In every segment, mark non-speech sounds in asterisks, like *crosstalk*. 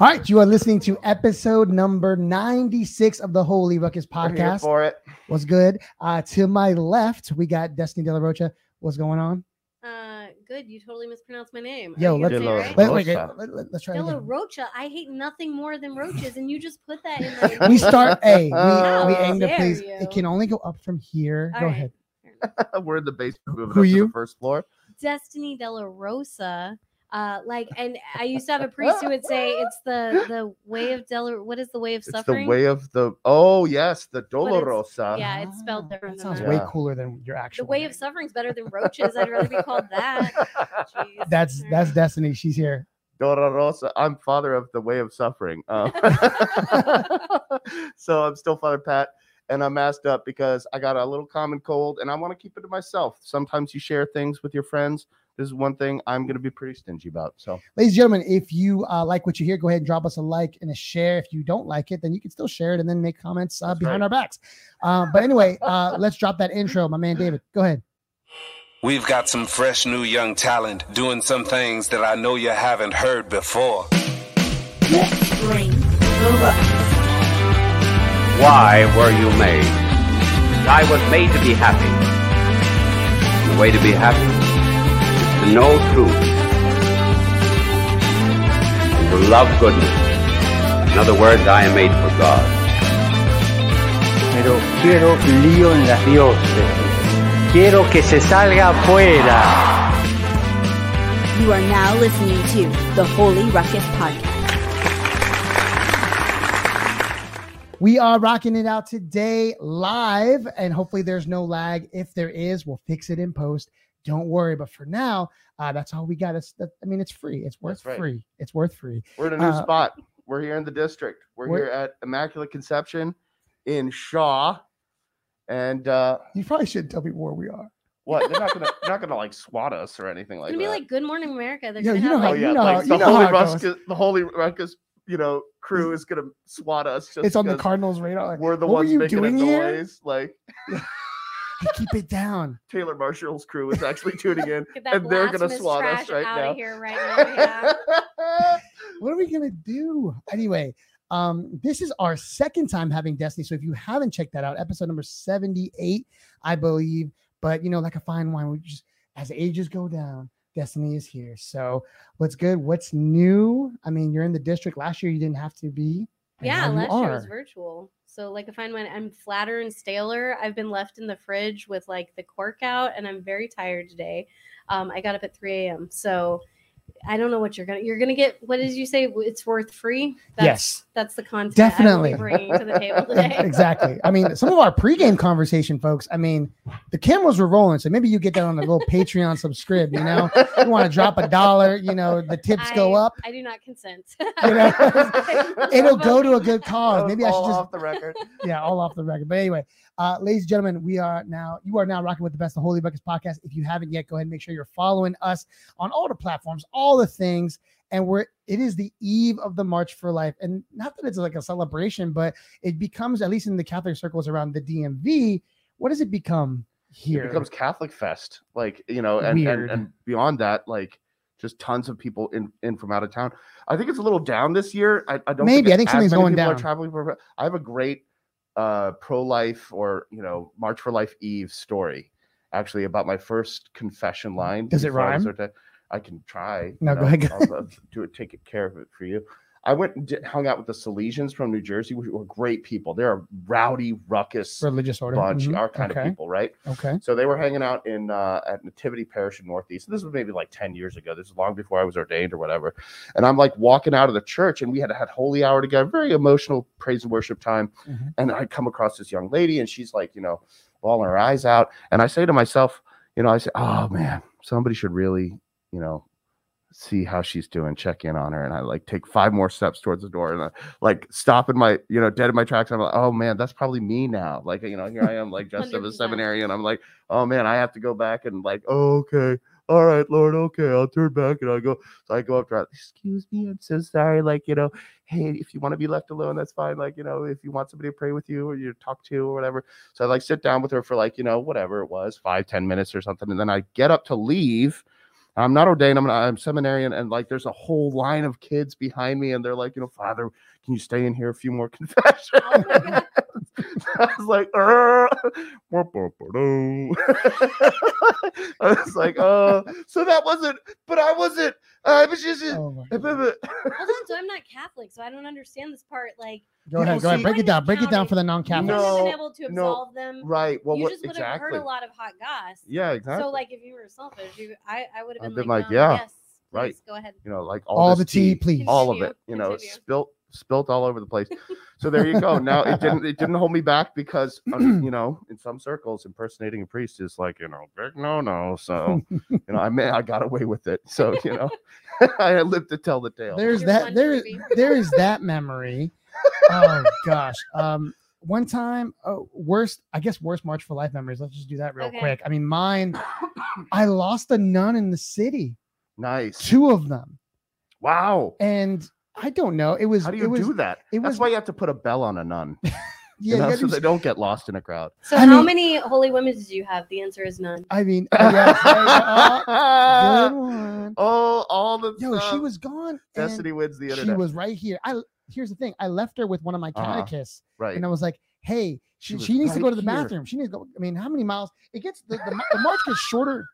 All right, you are listening to episode number 96 of the Holy Ruckus We're here podcast. for it. *laughs* What's good? Uh, to my left, we got Destiny De La Rocha. What's going on? Uh, good. You totally mispronounced my name. Yo, Are you let's- gonna Dilla say it right? Wait, wait, wait, Rocha. let, us try it Dilla again. Rocha. I hate nothing more *laughs* than roaches, and you just put that in my. We *laughs* start A. How We, we aim to dare please. you. It can only go up from here. Oh, All go right. ahead. We're in the basement. Moving Who up to you? The first floor. Destiny Della Rosa. Uh, like, and I used *laughs* to have a priest who would say it's the the way of Della. What is the way of It's suffering? the way of the. Oh yes, the it's- Dolorosa. yeah. it's spelled different That than sounds that. way Yeah. cooler than your the actual. way of name. suffering's better than roaches. I'd rather *laughs* be called that. Jeez. That's All that's right. Destiny. She's here. Dolorosa. I'm father of the way of suffering. Um, *laughs* so I'm still Father Pat, and I'm masked up because I got a little common cold, and I want to keep it to myself. Sometimes you share things with your friends. This is one thing I'm going to be pretty stingy about. So Ladies and gentlemen, if you uh, like what you hear, go ahead and drop us a like and a share. If you don't like it, then you can still share it and then make comments uh, That's behind right. our backs. Uh, but *laughs* anyway, uh, let's drop that intro, my man David. Go ahead. We've got some fresh new young talent doing some things that I know you haven't heard before. Why were you made? I was made to be happy. The way to be happy is to know truth and to love goodness. In other words, I am made for God. Pero quiero lío en las dioses. Quiero que se salga afuera. You are now listening to the Holy Ruckus Podcast. We are rocking it out today live, and hopefully there's no lag. If there is, we'll fix it in post. Don't worry. But for now, uh, that's all we got. It's, that, I mean, it's free. It's worth That's right. free. It's worth free. we're in a new Uh, spot. We're here in the district. We're where- here at Immaculate Conception in Shaw, and uh, You probably shouldn't tell people where we are. What? They're not gonna *laughs* they're not gonna like swat us or anything It's like that. gonna be like Good Morning America. They're Yo, gonna you know have how- oh like yeah, you know like how- the you know holy how it goes. ruckus, the holy ruckus, you know, crew is gonna swat us. Just it's on the because Cardinals radar. Like, We're the what were ones you making doing the here? noise. Like hey, keep it down. Taylor Marshall's crew is actually tuning in. Get *laughs* that and they're gonna blasphemous swat us trash right out now. of here *laughs* right now. Yeah. *laughs* what are we gonna do anyway um this is our second time having destiny so if you haven't checked that out episode number 78 i believe but you know like a fine wine we just as the ages go down destiny is here so what's good what's new i mean you're in the district last year you didn't have to be and now Yeah, you last year was are. virtual. So like if I find when I'm flatter and staler, I've been left in the fridge with like the cork out, and I'm very tired today. Um, I got up at 3 a.m. So I don't know what you're gonna you're gonna get. What did you say? It's worth free. That's, yes that's the content Definitely. I will be bringing to *laughs* the table today. exactly i mean some of our pregame conversation folks i mean the cameras were rolling so maybe you get that on a little patreon subscribe you know you want to drop a dollar you know the tips go I- up I do not consent. *laughs* You know? *laughs* it'll go to a good cause. That was Maybe I should all just off the record. yeah, all off the record. But anyway, uh, ladies and gentlemen, we are now you are now rocking with the best of Holy Buckets podcast. If you haven't yet, go ahead and make sure you're following us on all the platforms, all the things. And we're it is the eve of the March for Life, and not that it's like a celebration, but it becomes at least in the Catholic circles around the DMV. What does it become here? It becomes Catholic Fest. Like, you know, and, Weird. and, and beyond that, like just tons of people in, in from out of town. I think it's a little down this year. I, I don't Maybe. Think I think as something's many going people are down. traveling for, I have a great uh, pro life or, you know, March for Life Eve story actually about my first confession line. Mm. Does it before I was rhyme? ordained. I can try. No, go you know, ahead, go I'll, I'll do it, take care of it for you. I went and did, hung out with the Salesians from New Jersey, which were great people. They're a rowdy, ruckus religious order. bunch, Mhm. our kind okay. of people, right? Okay. So they were hanging out in uh, at Nativity Parish in Northeast. This was maybe like ten years ago. This is long before I was ordained or whatever. And I'm like walking out of the church, and we had had holy hour together, very emotional praise and worship time. Mhm. And I come across this young lady, and she's like, you know, bawling her eyes out. And I say to myself, you know, I say, oh man, somebody should really, you know. See how she's doing, check in on her. And I like take five more steps towards the door and I like stop in my, you know, dead in my tracks. I'm like, oh man, that's probably me now. Like, you know, here I am, like dressed up as a 100%. seminary, and I'm like, oh man, I have to go back and like, oh, okay, all right, Lord, okay, I'll turn back and I go. So I go up to her, excuse me, I'm so sorry. Like, you know, hey, if you want to be left alone, that's fine. Like, you know, if you want somebody to pray with you or you talk to or whatever. So I like sit down with her for like, you know, whatever it was, five, ten minutes or something. And then I get up to leave. I'm not ordained. I'm not, I'm seminarian, and like there's a whole line of kids behind me, and they're like, you know, Father, can you stay in here a few more *laughs* confessions? *laughs* *laughs* Oh my God. I was like, "Err." Wah, bah, bah, doo. *laughs* I was like, *laughs* uh, so that wasn't, but I wasn't. I was just. Oh my uh, God. buh, buh." Hold on, so I'm not Catholic, so I don't understand this part. Like, Go ahead, go ahead. Break it down. Break it down for the you non-Catholics. No, wouldn't have been able to no, absolve them. *laughs* Right. Well, you what just would have exactly? heard a lot of hot goss. Yeah, exactly. So, like, if you were selfish, you, I, I would have I've been, been like, like, "Um, yeah, yes, right. please Go ahead. you know, like all, All, the this tea, tea, please. all of Continue, it. You know, continue. spilt spilt all over the *laughs* place. So there you go. Now it didn't it didn't hold me back because *clears throat* uh, you know in some circles impersonating a priest is like you know big no no. So you know I mean I got away with it. So you know *laughs* I lived to tell the tale. There's Your that. one There is movie. there is that memory. oh gosh. Um, one time, oh, worst. I guess worst March for Life memories. Let's just do that real Okay. quick. I mean, mine. I lost a nun in the city. nice. Two of them, Wow. and I don't know. It was. How do it you was, do that? it That's was- why you have to put a bell on a nun, you *laughs* Yeah, you know, gotta so do they don't get lost in a crowd. *laughs* So, I how mean- many holy women did you have? The answer is none. I *laughs* mean, oh, I guess, uh, uh, good one. oh, all the Yo, she stuff. was gone. Destiny wins the and internet. she was right here. I here's the thing. I left her with one of my Uh-huh. catechists, right. and I was like, "Hey, She she, was she needs to right go to the here. bathroom. She needs to go. I mean, how many miles? It gets the the, mo- the march gets shorter,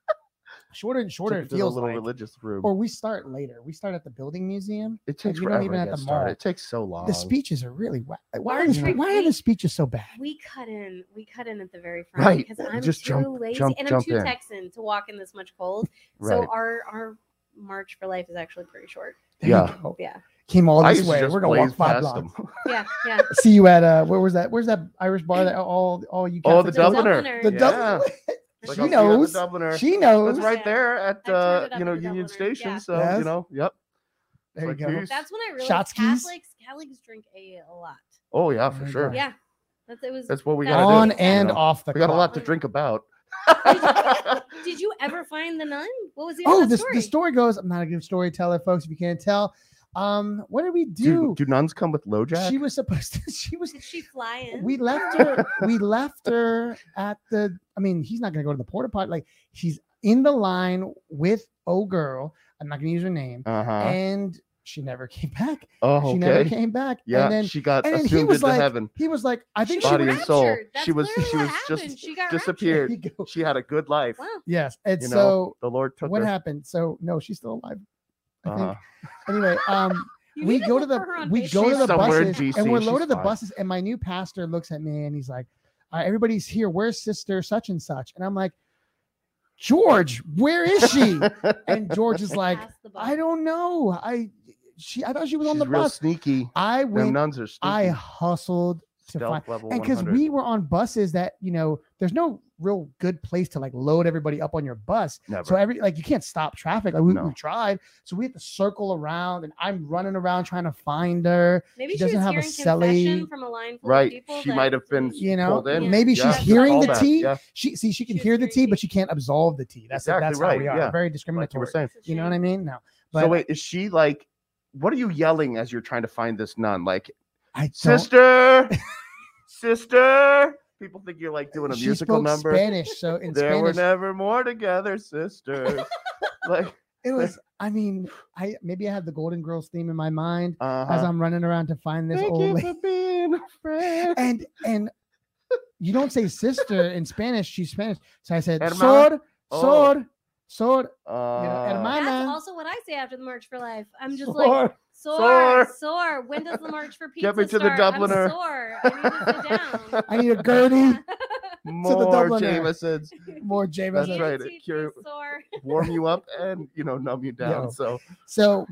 shorter and shorter. Took It it to the feels little like. religious room. Or we start later. We start at the building museum. It takes you don't forever even to have get the started. mall. It takes so long. The speeches are really wha- why Well, are the, it's spe- like why are we- the speeches so bad? We cut in. We cut in at the very front Right, because I'm just too jump- lazy jump- and jump I'm too in. Texan to walk in this much cold. So Right. our our march for life is actually *laughs* pretty short. There you Yeah. go. Yeah. came all I this used to way. just We're gonna walk blaze five past blocks. them. Yeah. Yeah. *laughs* See you at uh, where was that? Where's that Irish bar that all all you Oh, the Catholics go to? Dubliner. Dubliner. The Dublin. Yeah. She Like, I'll see you at the knows. *laughs* Dubliner. She knows. It's right Yeah. there at I uh, turned it up you know at the Union Dubliner, Station. yeah. So Yes. you know, yep. There you Like, go. peace. That's when I realized Shots keys? Catholics Catholics drink AA a lot. Oh yeah, There for you sure. go. Yeah. That's it was That's what we That's got. On do it, you and know. off the We got a lot clock. to drink about. Did you ever find the nun? What was the Oh, that this story? the story goes. I'm not a good storyteller, folks. If you can't tell, um, what did we do, do? do nuns come with LoJack? she was supposed to. *laughs* She was. Did she fly in? We left her. we left her at the. I mean, he's not gonna go to the porta pot. Like she's in the line with oh girl. I'm not gonna use her name. Uh huh. And she never *laughs* came back. Oh, She never okay. came back. Yeah, and then she got and then he assumed was into like- heaven. he was like, I think She she *laughs* body and raptured. soul. raptured. That's She was- literally she what was just happened. she got disappeared. There you go. She had a good life. Wow. Yes. And You know, so The Lord took what her. happened? So no, she's still alive. I Uh-huh. think. Anyway, um, You we need go to look the for her on we go to Facebook. the Somewhere in buses DC, and we're she's loaded the fine. buses and my new pastor looks at me and he's like All right, everybody's here where's sister such and such and i'm like george where is *laughs* she and george is like Pass the i buck. don't know i she i thought she was on She's the real bus sneaky. i Them went nuns are sneaky. i hustled to Stealth find level and because 100. we were on buses that you know there's no real good place to like load everybody up on your bus Never. so every like you can't stop traffic like we, No. we tried so we had to circle around and i'm running around trying to find her Maybe she she, was doesn't have a hearing celly. confession from a line full Right, of people. she that might have been- didn't- you know Pulled in. Yeah. maybe Yeah, she's that's hearing all the that, tea yeah. she see she can She's hear the hearing tea but tea. she can't absolve the tea that's Exactly that's how right, we are very yeah. like you were discriminatory saying. It's a you know what i shame. mean no but So wait, is she like? What are you yelling as you're trying to find this nun? Like, i don't- sister, *laughs* sister. People think you're like doing a she musical spoke number. spanish *laughs* so in there were spanish never more together, *laughs* sisters. like, it was i mean i maybe i have the golden girls theme in my mind as uh i'm running around to find this Thank old you lady for being a friend. and and you don't say sister in Spanish. She's Spanish. So I said Hermana. sor, Oh. sor, sor. Uh, hermano. That's Anna. also what I say after the March for Life. I'm just like sore. sore, Sore. sore. When does the March for *laughs* Pizza Get me to the start? Dubliner." I'm sore. I need to *laughs* *laughs* sit down. I *laughs* need a gurney, *laughs* more Dubliner. Jamesons more That's James. right, it ENTP, cure- *laughs* Sore. warm you up and you know numb you down. Yo. So So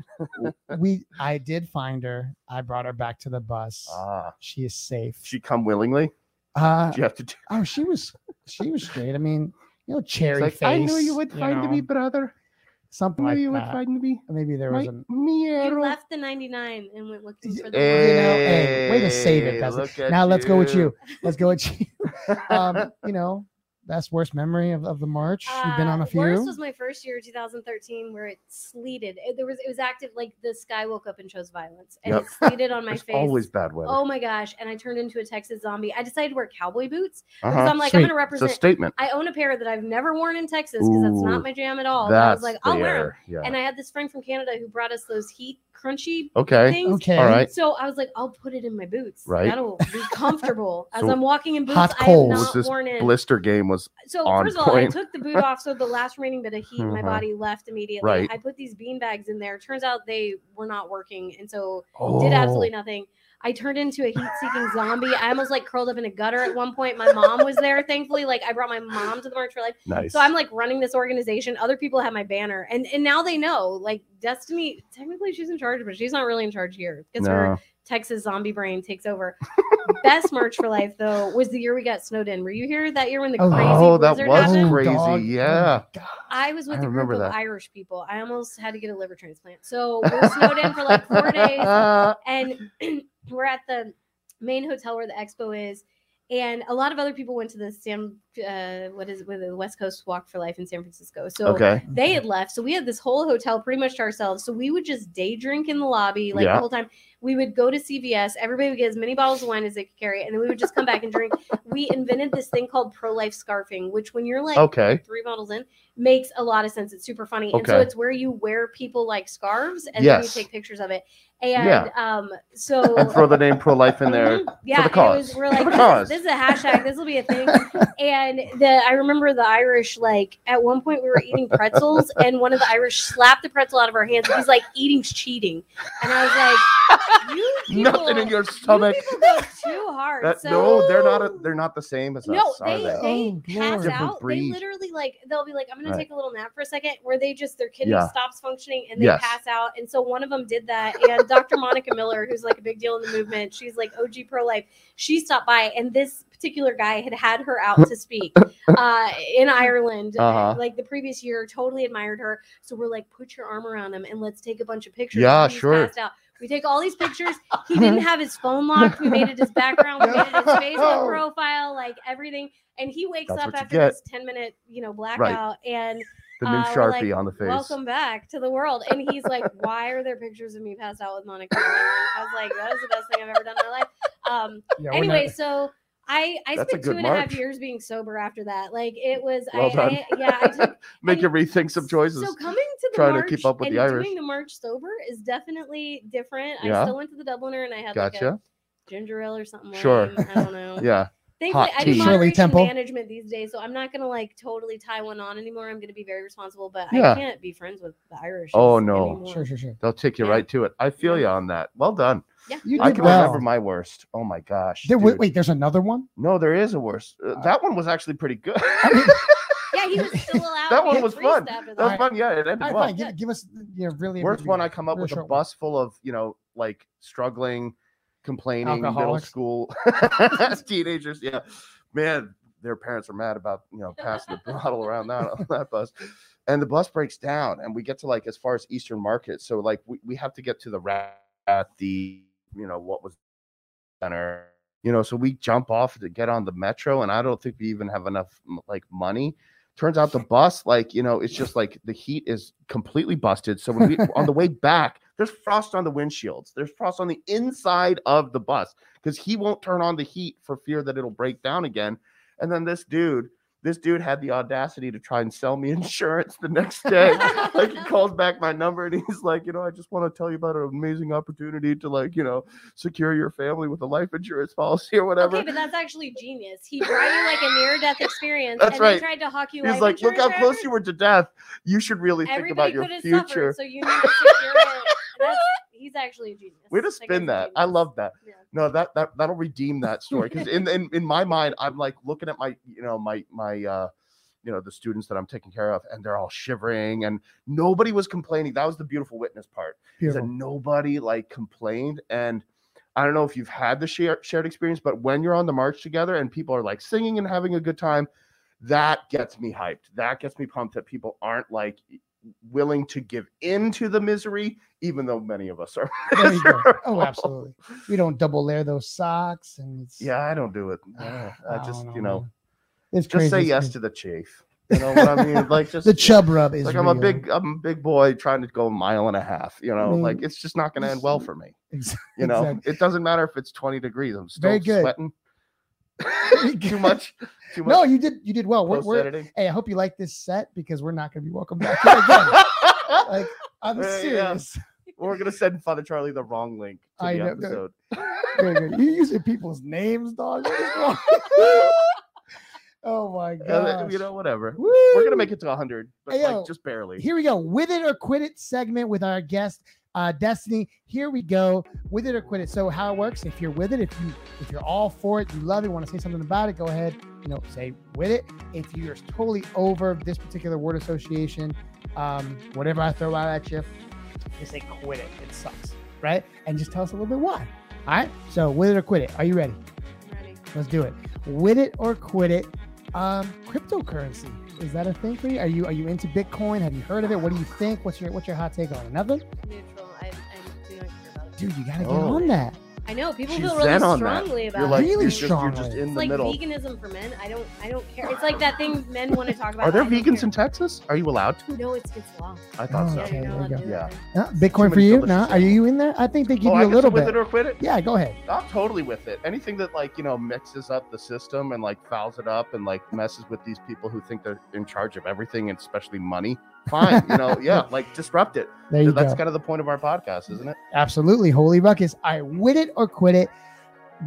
we, I did find her. I brought her back to the bus. ah, she is safe. she come willingly. uh, Do you have to do? oh, she was, she was straight. I mean, you know, cherry It's like, face. I knew you would find me, know, um, brother. I something knew like you would that. find me. Maybe there was My, an. me You arrow. left the 99 and went looking for the. Eh. one. hey, way to save it, Hey, Dustin. look at *laughs* Now let's go with you. Let's go with you. *laughs* um, you know, That's worst memory of, of the March. You've been on Uh, a few. Worst was my first year, 2013, where it sleeted. It, there was it was active like the sky woke up and chose violence, and Yep. it sleeted on my There's face. always bad weather. oh my gosh! And I turned into a Texas zombie. I decided to wear cowboy boots because Uh-huh. I'm like Sweet. I'm gonna It's a represent. statement. I own a pair that I've never worn in Texas because that's Ooh, not my jam at all. But Oh, I That's was like, I'll the wear them. error. Yeah. And I had this friend from Canada who brought us those heat crunchy okay. things. Okay. All right. So I was like, I'll put it in my boots. Right. That'll *laughs* be comfortable. As So I'm walking in boots, hot I have coals. Was not this worn in. Blister game was so on first of all, point? I took the boot *laughs* off, so the last remaining bit of heat in my Mhm. body left immediately. Right. I put these bean bags in there. Turns out they were not working, and so oh, did absolutely nothing. I turned into a heat-seeking zombie. I almost like curled up in a gutter at one point. My mom was there, thankfully. Like I brought my mom to the March for Life. nice. So I'm like running this organization. Other people have my banner, and and now they know. Like Destiny, technically she's in charge, but she's not really in charge here because her *laughs* no. Texas zombie brain takes over. *laughs* Best March for Life though was the year we got snowed in. Were you here that year when the Oh, crazy Oh, that blizzard was happened? crazy, Oh my yeah. God. I was with I a group remember of that. Irish people. I almost had to get a liver transplant. So we're snowed in for *laughs* like four days and *clears throat* we're at the main hotel where the expo is and a lot of other people went to the san uh, what is it with the west coast walk for life in san francisco so okay. they had left so we had this whole hotel pretty much to ourselves so we would just day drink in the lobby like Yeah. the whole time we would go to cvs everybody would get as many bottles of wine as they could carry and then we would just come back and drink we invented this thing called pro-life scarfing which when you're like Okay. three bottles in makes a lot of sense. It's super funny. And so Okay. it's where you wear people like scarves and Yes. then you take pictures of it. And Yeah. um *laughs* so And *laughs* throw the name pro life in there. Mhm. Yeah, the and it was- cause. we're like, For the this, cause. Is, this is a hashtag. This will be *laughs* a thing. and the I remember the Irish like at one point we were *laughs* eating pretzels and one of the Irish slapped the pretzel out of our hands. He's like, eating's cheating, and I was *laughs* like, you people, Nothing in your you stomach. people go too hard. That- so no, they're not. they're not the same as no, us, are they? they, they Oh, pass Lord. Different out. They breed. literally like they'll be like, I'm gonna Right. take a little nap for a second, where they just their kidney Yeah. stops functioning and they Yes. pass out. And so one of them did that. *laughs* And Dr. Monica Miller, who's like a big deal in the movement, she's like OG pro life. She stopped by, and this particular guy had had her out *laughs* to speak uh, in Ireland uh, Uh-huh. like the previous year. Totally admired her. So we're like, put your arm around him and let's take a bunch of pictures. Yeah, And he's sure. Passed out. We take all these pictures. *laughs* He didn't have his phone locked. We made it his background. We made it his No. Facebook profile, like everything. And he wakes That's up what you after get. this 10 minute, you know, blackout and The new uh, we're sharpie like, on the face. welcome back to the world. And he's like, why are there pictures of me passed out with Monica? Miller?" I was like, that is the best thing I've ever done in my life. Um, Yeah, we're not- anyway, so I, I That's a spent two good and a half march. years being sober after that. Like it was, Well I, done. I, yeah, *laughs* I took Make and- you rethink some choices. so coming to the Trying to march keep up with and the Irish. doing the march sober is definitely different. I Yeah. still went to the Dubliner and I had like gotcha. a ginger ale or something. Sure. lame. I don't know. yeah. Thankfully, Hot I do tea. Shirley moderation Temple. management these days, so I'm not gonna like totally tie one on anymore. I'm gonna be very responsible, but Yeah. I can't be friends with the Irish. Oh, no. Sure, sure, sure. They'll take you Yeah. right to it. I feel Yeah. you on that. Well done. You I did can well. remember my worst. Oh my gosh. There- wait, dude. wait, there's another one. No, there is a worst. Uh, Uh, that one was actually pretty good. Yeah, he was *laughs* still allowed. That to one get was free fun. stuff and *laughs* that was all. fun. Yeah, it ended All right, well. fine. Give, give us you know, really Worst one I come up real with a short one. bus full of you know like struggling, complaining middle Alcoholics. *laughs* school *laughs* teenagers. Yeah, man, their parents are mad about you know passing the bottle around that *laughs* on that bus. And the bus breaks down, and we get to like as far as Eastern Market. So like we, we have to get to the rat at the you know what was center. You know, so we jump off to get on the metro, and I don't think we even have enough m- like money. Turns out the bus, like you know, it's just like the heat is completely busted. So when we on the way back, there's frost on the windshields. There's frost on the inside of the bus because he won't turn on the heat for fear that it'll break down again. And then this dude, this dude had the audacity to try and sell me *laughs* insurance the *laughs* next day like he calls back my number and he's like, you know, I just want to tell you about an amazing opportunity to like, you know, secure your family with a life insurance policy or whatever. Okay, but that's actually genius. He brought you like a near-death experience, That's and right. they tried to hawk you. he's life like, look how insurance close forever." you were to death. You should really think about Everybody your could have future. suffered, so you need to secure it. *laughs* That's, he's actually a genius. Way to That spin guy's a that. I genius. love that. Yeah. No, that that that'll redeem that story *laughs* because in, in in my mind, I'm like looking at my you know my my uh you know the students that I'm taking care of, and they're all shivering, and nobody was complaining. That was the beautiful witness part. is that Beautiful. nobody like complained and i don't know if you've had the share, shared experience but when you're on the march together and people are like singing and having a good time that gets me hyped that gets me pumped that people aren't like willing to give in to the misery even though many of us are *laughs* There you go. Oh, miserable. absolutely. We don't double layer those socks, and it's *sighs* yeah *sighs* i don't do it i, don't know. I don't just know, you know Oh, man. It's crazy. Just say It's yes crazy. to the chief. You know what I mean? Like *laughs* just the chub rub is Like I'm a real. big, I'm a big boy trying to go a mile and a half. You know, Man. like it's just not going to end well for me. *laughs* Ex- You know, exactly. it doesn't matter if it's 20 degrees. I'm still Very good. sweating. *laughs* too good. much. Too much. No, you did you did well. We're, post we're- editing. hey, I hope you like this set because we're not going to be welcome back *laughs* here *laughs* again. like I'm Yeah, yeah. serious. *laughs* We're gonna send Father Charlie the wrong link to I the know, no. episode. Good, good. You using people's names, dog? What is wrong? *laughs* oh my And then, god! Uh, you know, whatever. We're gonna make it to 100, but Hey, yo. like just barely. Here we go. With it or quit it segment with our guest uh, Destiny. Here we go. With it or quit it. So how it works? If you're with it, if you if you're all for it, you love it, want to say something about it, go ahead. You know, say with it. If you're totally over this particular word association, um, whatever I throw out at you, just say quit it. It sucks, right? And just tell us a little bit why. All right. So with it or quit it. Are you ready? Ready. Let's do it. With it or quit it. Um, cryptocurrency is that a thing for you? Are you are you into Bitcoin? Have you heard of it? What do you think? What's your what's your hot take on it? Nothing, Neutral. I, I do not care about it. dude. You gotta get Oh. on that. I know people She's feel zen really on that. strongly about You're it. like Really you're just, you're just strongly. in it's the like middle. veganism for men. I don't. I don't care. It's like that thing men want to talk about. Are there I don't vegans care. in Texas? Are you allowed to? No, it's against law. I thought Oh, so. Yeah, okay, you're there not you allowed to go. do Yeah. that. Huh? Bitcoin for many you? delicious No, are you in there? I think they give Oh, you I a guess little I'm with bit. it or quit it. yeah, go ahead. I'm totally with it. Anything that like you know mixes up the system and like fouls it up and like messes with these people who think they're in charge of everything and especially money. Fine, you *laughs* know, yeah, like disrupt it. There you That's go. kind of the point of our podcast, isn't it? Absolutely, holy ruckus. I with it or quit it.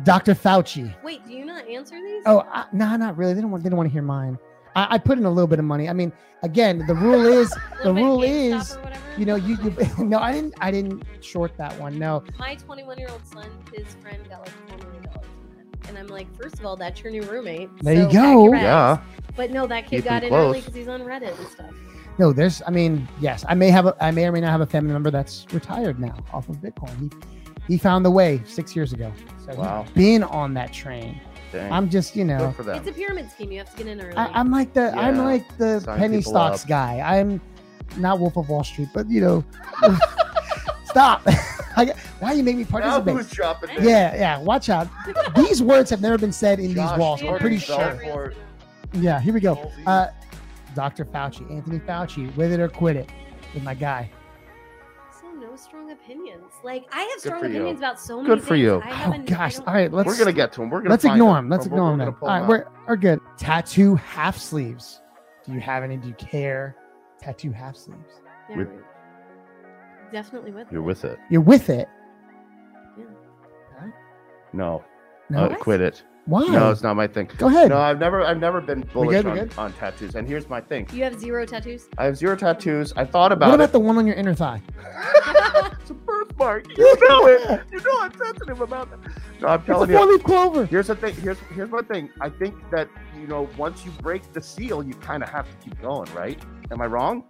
Dr. Fauci. Wait, do you not answer these? Oh, I, nah, not really. They don't want. They don't want to hear mine. I, I put in a little bit of money. I mean, again, the rule *laughs* is, the Little bit of rule GameStop is, or whatever? you know, you, you. *laughs* No, I didn't. I didn't short that one. No, *laughs* My 21 year old son, his friend got like four million dollars. And I'm like, first of all, that's your new roommate. There you so pack your go. bags. But no, that kid Ethan got in Close. early because he's on Reddit and stuff. No, there's. I mean, yes, I may have. A, I may or may not have a family member that's retired now off of Bitcoin. He, he found the way six years ago. So Wow. he's been on that train. Dang. I'm just, you good know, for them. It's a pyramid scheme. You have to get in early. I, I'm like the. I'm Yeah. like the Sign penny people stocks up. guy. I'm not Wolf of Wall Street, but you know, *laughs* stop. *laughs* I, got- why you make me now participate? who's dropping? names? Yeah, yeah. Watch out. These words have never been said in Josh these walls. I'm Gordon pretty fell sure. for it. Yeah. Here we go. Uh, Dr. Fauci, Anthony Fauci, with it or quit it, with my guy. so no strong opinions. Like I have Good strong for you. opinions about so many Good for things. you. I Oh haven't- I gosh! don't- All right, let's we're gonna get to him. We're gonna let's find ignore him. him. Let's We're- ignore we're him. gonna Then. All pull right, out. we're, we're good. Tattoo half sleeves. Do you have any? Do you care? Tattoo half sleeves. Yeah, With- right. definitely with. You're it. with it. You're with it. No, No, uh, quit it. why? No, it's not my thing. Go ahead. No, I've never, I've never been bullish good, we on, good? on tattoos. And here's my thing: You have zero tattoos. I have zero tattoos. I thought about, what about it. the one on your inner thigh? it's a birthmark. You know it. You know I'm sensitive about that. No, I'm It's a telling you. four-leaf clover. Here's the thing. Here's here's my thing. I think that you know once you break the seal, you kind of have to keep going, right? Am I wrong?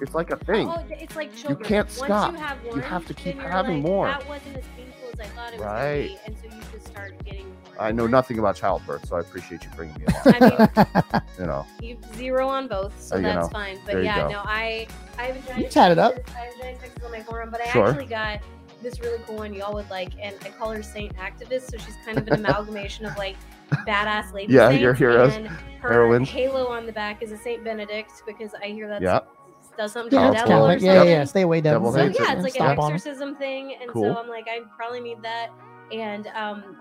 It's like a thing. Oh, it's like children. can't Once stop. You, have one, have to then keep you're having like, more. That wasn't as painful as I thought it was Right. going to be, and so you just start getting. More and I know more. nothing about childbirth, so I appreciate you bringing me along. *laughs* I mean, *laughs* you know, You zero on both, so Oh, you that's know. fine. There But you yeah, go. no, I I have a giant. You tatted up. I have giant Texas on my forearm, but I Sure. actually got this really cool one y'all would like, and I call her Saint Activist, so she's kind of an amalgamation of like badass *laughs* lady. Yeah, saints, your heroes, And her heroines. halo on the back is a Saint Benedict because I hear that's Yeah. does something Yeah, *laughs* to the that's Oh, devil cool. or Like, something. yeah, yeah, yeah. Stay away, devil. Devil So Well, hates yeah, it's like Stop an on him. exorcism thing, and Cool. so I'm like, I probably need that. And um,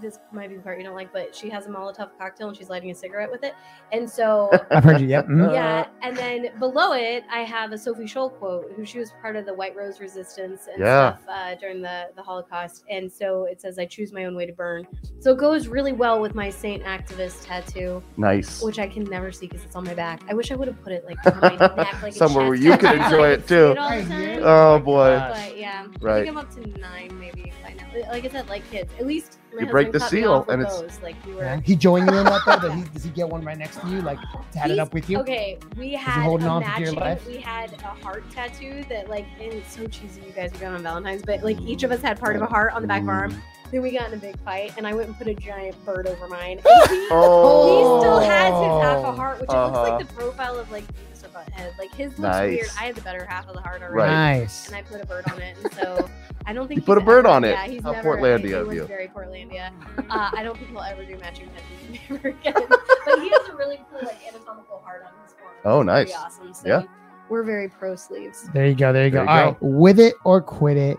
this might be the part you don't like, but she has a Molotov cocktail and she's lighting a cigarette with it, and so I've heard you. *laughs* Yep. mhm. yeah. And then below it, I have a Sophie Scholl quote, who she was part of the White Rose Resistance and Yeah. stuff uh, during the, the Holocaust. And so it says, I choose my own way to burn. So it goes really well with my Saint Activist tattoo, nice. which I can never see because it's on my back. I wish I would have put *laughs* it like on my neck, like a Somewhere where chest you could tattoo, so enjoy I *laughs* it, see too. all the time. Oh boy, But yeah, I Right. think I'm up to nine maybe by now. Like I said, like kids. At least my You break husband the cut me seal off with and it's- those. like we were. Yeah. He joined you in that though. Does he, does he get one right next to you, like tatted *laughs* He's- up with you? Okay, we had a holding on for dear matching. life? We had a heart tattoo that, like, and it's so cheesy. You guys are going on Valentine's, but like, each of us had Oh. part of a heart on the back of our arm. Mm. Then we got in a big fight, and I went and put a giant bird over mine. And he, he Oh, still has his half a heart, which it looks Uh-huh. like the profile of like Venus or Butthead. Like his looks Nice. weird. I had the better half of the heart already, Right. Nice. and I put a bird on it. And so I don't think You put he's a bird ever- on it. Yeah, he's How never. Portlandia he of was you. Very *laughs* Portlandia. Uh, I don't think he'll ever do matching tattoos *laughs* ever again. but he has a really cool like anatomical heart on his forearm. Oh, It's pretty nice. Awesome. So Yeah. We're very pro sleeves. There you go. There you go. There All you right, go. With it or quit it,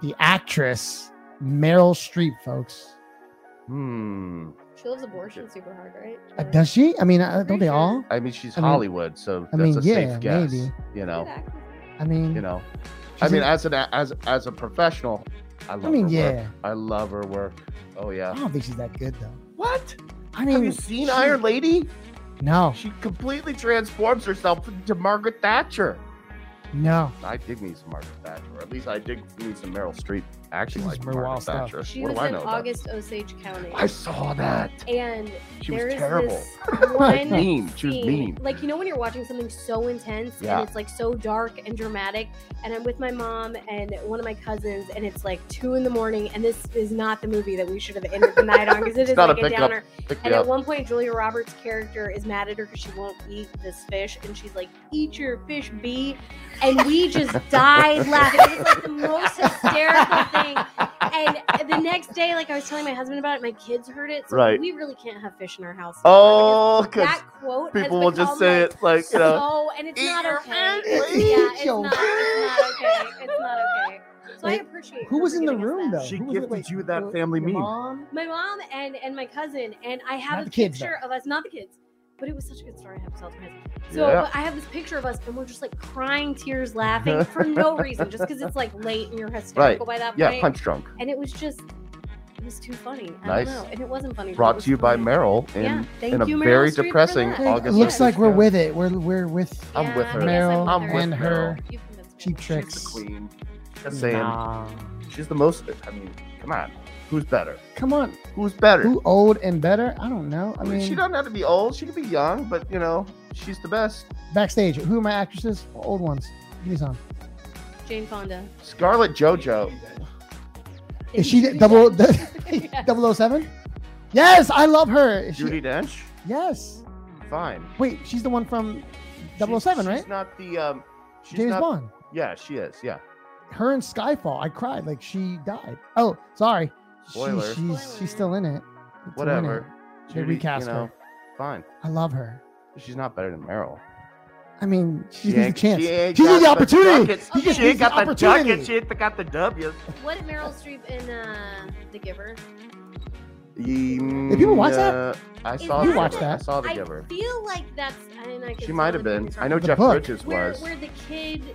the actress Meryl Streep, folks. Hmm. She loves abortion super hard, right? Uh, does she? I mean, uh, don't they all? I mean, she's I mean- Hollywood, so I that's mean, a yeah, safe guess. maybe. You know, I mean, you know. I she's mean, a- as an as as a professional, I love I mean, her work. yeah. I love her work. Oh I yeah. don't think she's that good though. What? I Have you mean, seen she- Iron Lady? No, She completely transforms herself into Margaret Thatcher. no. I dig me some Margaret Thatcher, or at least I dig me some Meryl Streep acting She's like pretty wild Margaret stuff. Thatcher. She what was do I in know? about- August Osage County. I saw that. and She there was is terrible. this Oh one mean. She was scene- mean. Like you know when you're watching something so intense Yeah. and it's like so dark and dramatic, and I'm with my mom and one of my cousins, and it's like two in the morning, and this is not the movie that we should have ended the night on because it It's is not a like a, pickup. downer. Pick me And at up. one point, Julia Roberts' character is mad at her because she won't eat this fish, and she's like, "Eat your fish, bee," and we just *laughs* died laughing. It was like the most hysterical thing. And the next day, like I was telling my husband about it, my kids heard it. So Right. we really can't have fish in our house. *laughs* anymore Oh, because because that quote has people will just become, say like, it like you know. so, and it's "Eat not your okay. hand, Yeah, please." it's Eat your not, it's not okay. It's not okay. So I Wait, appreciate Who her was in for the giving us room that. though? She Who was gifted you that who- family your meme. mom? My mom and and my cousin and I have Not a the kids, picture of us, not the kids, but it was such a good story. I have to tell it to my husband. So Yeah. but I have this picture of us and we're just like crying tears, laughing *laughs* for no reason, just because it's like late and you're hysterical by that Yeah, point. punch drunk. And it was just, it was too funny. I Nice. don't know, and it wasn't funny. but it Brought was to you by funny. Meryl in yeah, thank in a you, Meryl very Streep, for depressing that. It August looks like we're yeah. with it. We're we're with I'm with her. I guess Meryl I'm with I'm with her. You convinced me. cheap She's the tricks. queen. Just saying. Nah. She's the most. I mean, come on. Who's better? Come on, Who's better? who old and better? I don't know. I I mean, she mean, doesn't have to be old. She could be young, but you know, she's the best. backstage, who are my actresses? Old ones. Give me some. Jane Fonda. Scarlett JoJo. Is she *laughs* the- *laughs* double double 007? Yes, I love her. Is she- Judy Dench. yes. Fine. Wait, she's the one from She's- 007, right? She's not the. Um, she's James not, Bond. Yeah, she is. Yeah. Her in Skyfall. I cried like she died. Oh, sorry. She- Spoiler. she's Spoiler. she's still in it. Still in it. Whatever. They recast you know, her. Fine. I love her. She's not better than Meryl. I mean, she ain't- needs the chance. She, ain't She needs got the opportunity. ducats. Okay. She ain't She needs got the the ducats. opportunity. She ain't got the W's. What did Meryl Streep in uh, The Giver? Did people watch that? I Is saw. You The watched Giver. that? I saw Oh, The I Giver. feel like that's. I mean, I She could totally might have been. be wrong. I know The Jeff book. Bridges Where, was. where the kid,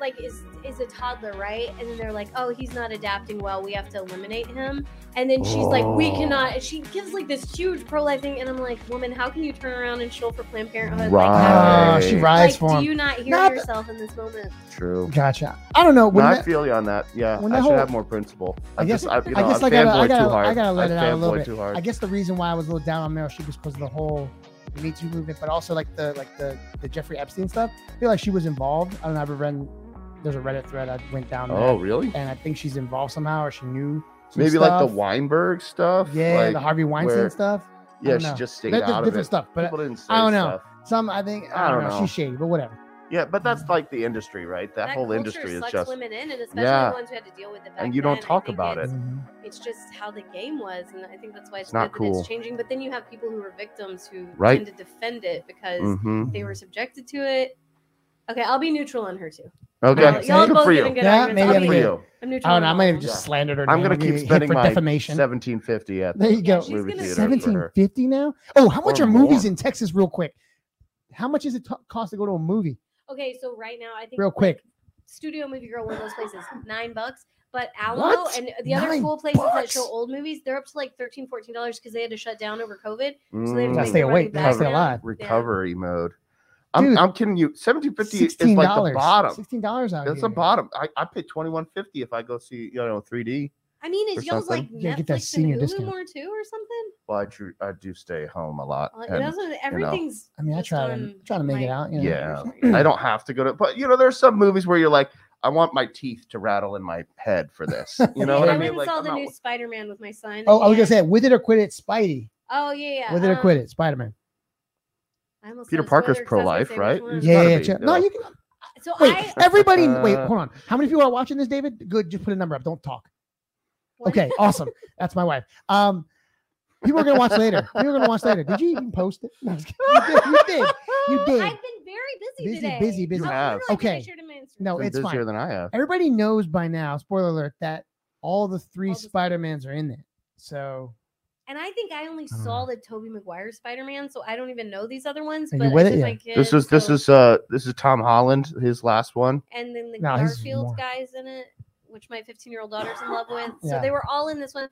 like, is is a toddler, right? And then they're like, "Oh, he's not adapting well. We have to eliminate him." And then she's like, "We Oh. cannot." She gives like this huge pro life thing, and I'm like, "Woman, how can you turn around and shill for Planned Parenthood?" Right. Ah, she Like, Like, rides like for do him. you not hear Not- yourself in this moment? True. Gotcha. I don't know. No, When I that- feel you on that. Yeah, when I that should whole- have more principle. I, I guess- just, I, you I know, guess I I gotta- fanboy I gotta- too hard. I gotta let it out a little fanboy bit. Too hard. I guess the reason why I was a little down on Meryl Streep is because of the whole Me Too movement, but also like the like the the Jeffrey Epstein stuff. I feel like she was involved. I don't know. I've read there's a Reddit thread I went down there, oh, really? and I think she's involved somehow, or she knew some Maybe like the stuff. Weinberg stuff. yeah, like, the Harvey Weinstein where- stuff. I Yeah, don't she know. just stayed There- there's out of different it. stuff, but People didn't say I don't know. stuff. some I think I, don't, know. She's shady, but whatever. Yeah, but that's like the industry, right? That, whole culture industry is sucks just. women in, and especially Yeah. the ones who had to deal with it. Back And you don't then. I talk think about it's- Mhm. It's just how the game was, and I think that's why it's, It's not good that cool. It's changing, but then you have people who are victims who Right. tend to defend it because Mm-hmm. they were subjected to it. Okay, I'll be neutral on her too. Okay, Y'all- y'all good both for giving you. good Yeah, arguments. maybe I'll Good I'm be gonna- for neutral. you. I'm I neutral. don't on know. I all might of have them. just slandered her. I'm name. gonna I'm keep get hit spending for my defamation. Seventeen fifty at There you go. she's movie gonna- theater. Seventeen for fifty now. Oh, how much Or are movies more. in Texas? Real quick, how much does it to- cost to go to a movie? Okay, so right now I think Real quick. Studio Movie Girl, one of those places, nine bucks. But Alamo What? and the other Nine cool places that bucks? show old movies, they're up to like 13 dollars because they had to shut down over COVID. her. So they Mm. have to Gotta make stay their awake, money gotta back stay now. alive. Recovery mode. I'm, Dude, I'm kidding you. Seventeen fifty is Sixteen like the dollars. bottom. Sixteen dollars out That's here. the bottom. I, I pay twenty one fifty if I go see you know three D. I mean, Or is y'all's like something. Yeah, Netflix get that senior and Hulu discount. more too, or something? Well, I do I do stay home a lot. Like, and that's what- everything's. I mean, I just try to on try to make my- it out. You know? *laughs* yeah, I don't have to go to. But you know, there's some movies where you're like, I want my teeth to rattle in my head *laughs* for this. You know Yeah, what I I, went mean? and Like, saw I'm the not- new Spider Man with my son. Oh, I was gonna and- say, with it or quit it, Spidey. Oh yeah, yeah. With it or um, quit it, Spider Man. I almost Peter said Parker's spoiler 'cause pro-life, I was gonna right? say which one. It's yeah, gotta yeah, be, yeah. No, yeah. you can. So Wait, I everybody. wait, Uh, hold on. How many people are watching this, David? Good. Just put a number up. Don't talk. what- Okay, awesome. That's my wife. Um, people are gonna watch later. People are gonna watch later. Did you even post it? No, I'm just kidding. you did. You did. You did. I've been very busy, Busy, today. busy, busy. I'll have. literally put a Okay. picture to my Instagram. No, Been Oh, it's busier fine. than I have. Everybody knows by now. Spoiler alert that all the three All the- Spider Mans are in it. So and I think I only don't saw the Toby Maguire Spider Man, so I don't even know these other ones. And But you're with I it, took yeah. my kids, This is this so- is uh this is Tom Holland, his last one. and then the No, he's Garfield more- guys in it, which my 15 year old daughter's in love with. Yeah. So they were all in this one.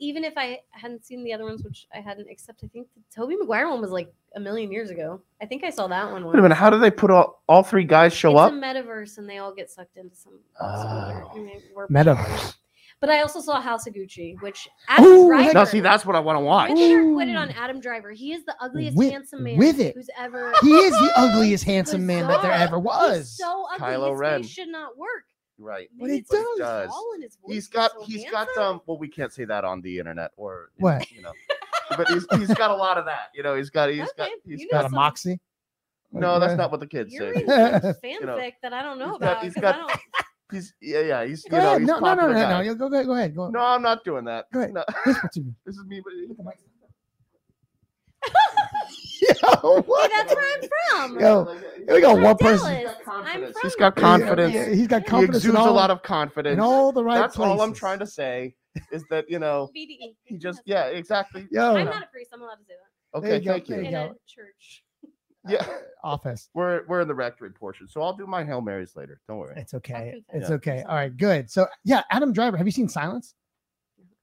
Even if I hadn't seen the other ones, which I hadn't, except I think the Toby Maguire one was like a million years ago. I think I saw that one. Wait a minute, how do they put all, all three guys show it's up? a metaverse, and they all get sucked into some. Oh. Ah. metaverse. But I also saw House of Gucci, which Adam Ooh, Driver. Now see, that's what I want to watch. Whitner quit it on Ooh. Adam Driver. He is the ugliest, With- handsome man with it. who's ever. He is the ugliest, handsome man that there Bizarre. ever *laughs* He's was. so ugly. Kylo his Ren. face should not work. Right. But Maybe it it's just his does. fall and his voice He's is got so he's got handsome. um well we can't say that on the internet or in- What? you know. But he's he's got a lot of that. You know, he's got he's got Okay, he's you know Got got a some- moxie. No, uh, that's not what the kids You're say. reading *laughs* Yeah. fanfic You know, that I don't he's know got- about. he's 'cause got- I don't, *laughs* He's yeah, yeah, he's Go you know, ahead. he's No, no, no, popular no, no, guy. You Go, go, go ahead. Go. No, I'm not doing that. Go ahead. No, *laughs* Whisper to me. this is me. but- *laughs* Yo, *laughs* hey, what? that's where I'm from. Yo, here we go. I'm One Dallas. person. I'm from He's got there. confidence. Yeah, he's got He He confidence. exudes in all, a lot of confidence. in all the right That's all I'm places. trying to say is that you know BDE. he just yeah exactly. Yo. E. I'm not a priest. I'm allowed to say There Okay, you go, thank there that. you you. In go. a church. Yeah, *laughs* office. we're we're in the rectory portion, so I'll do my hail marys later. *laughs* Don't worry. It's okay. confess. It's Yeah. okay. All right. Good. So yeah, Adam Driver. Have you seen Silence?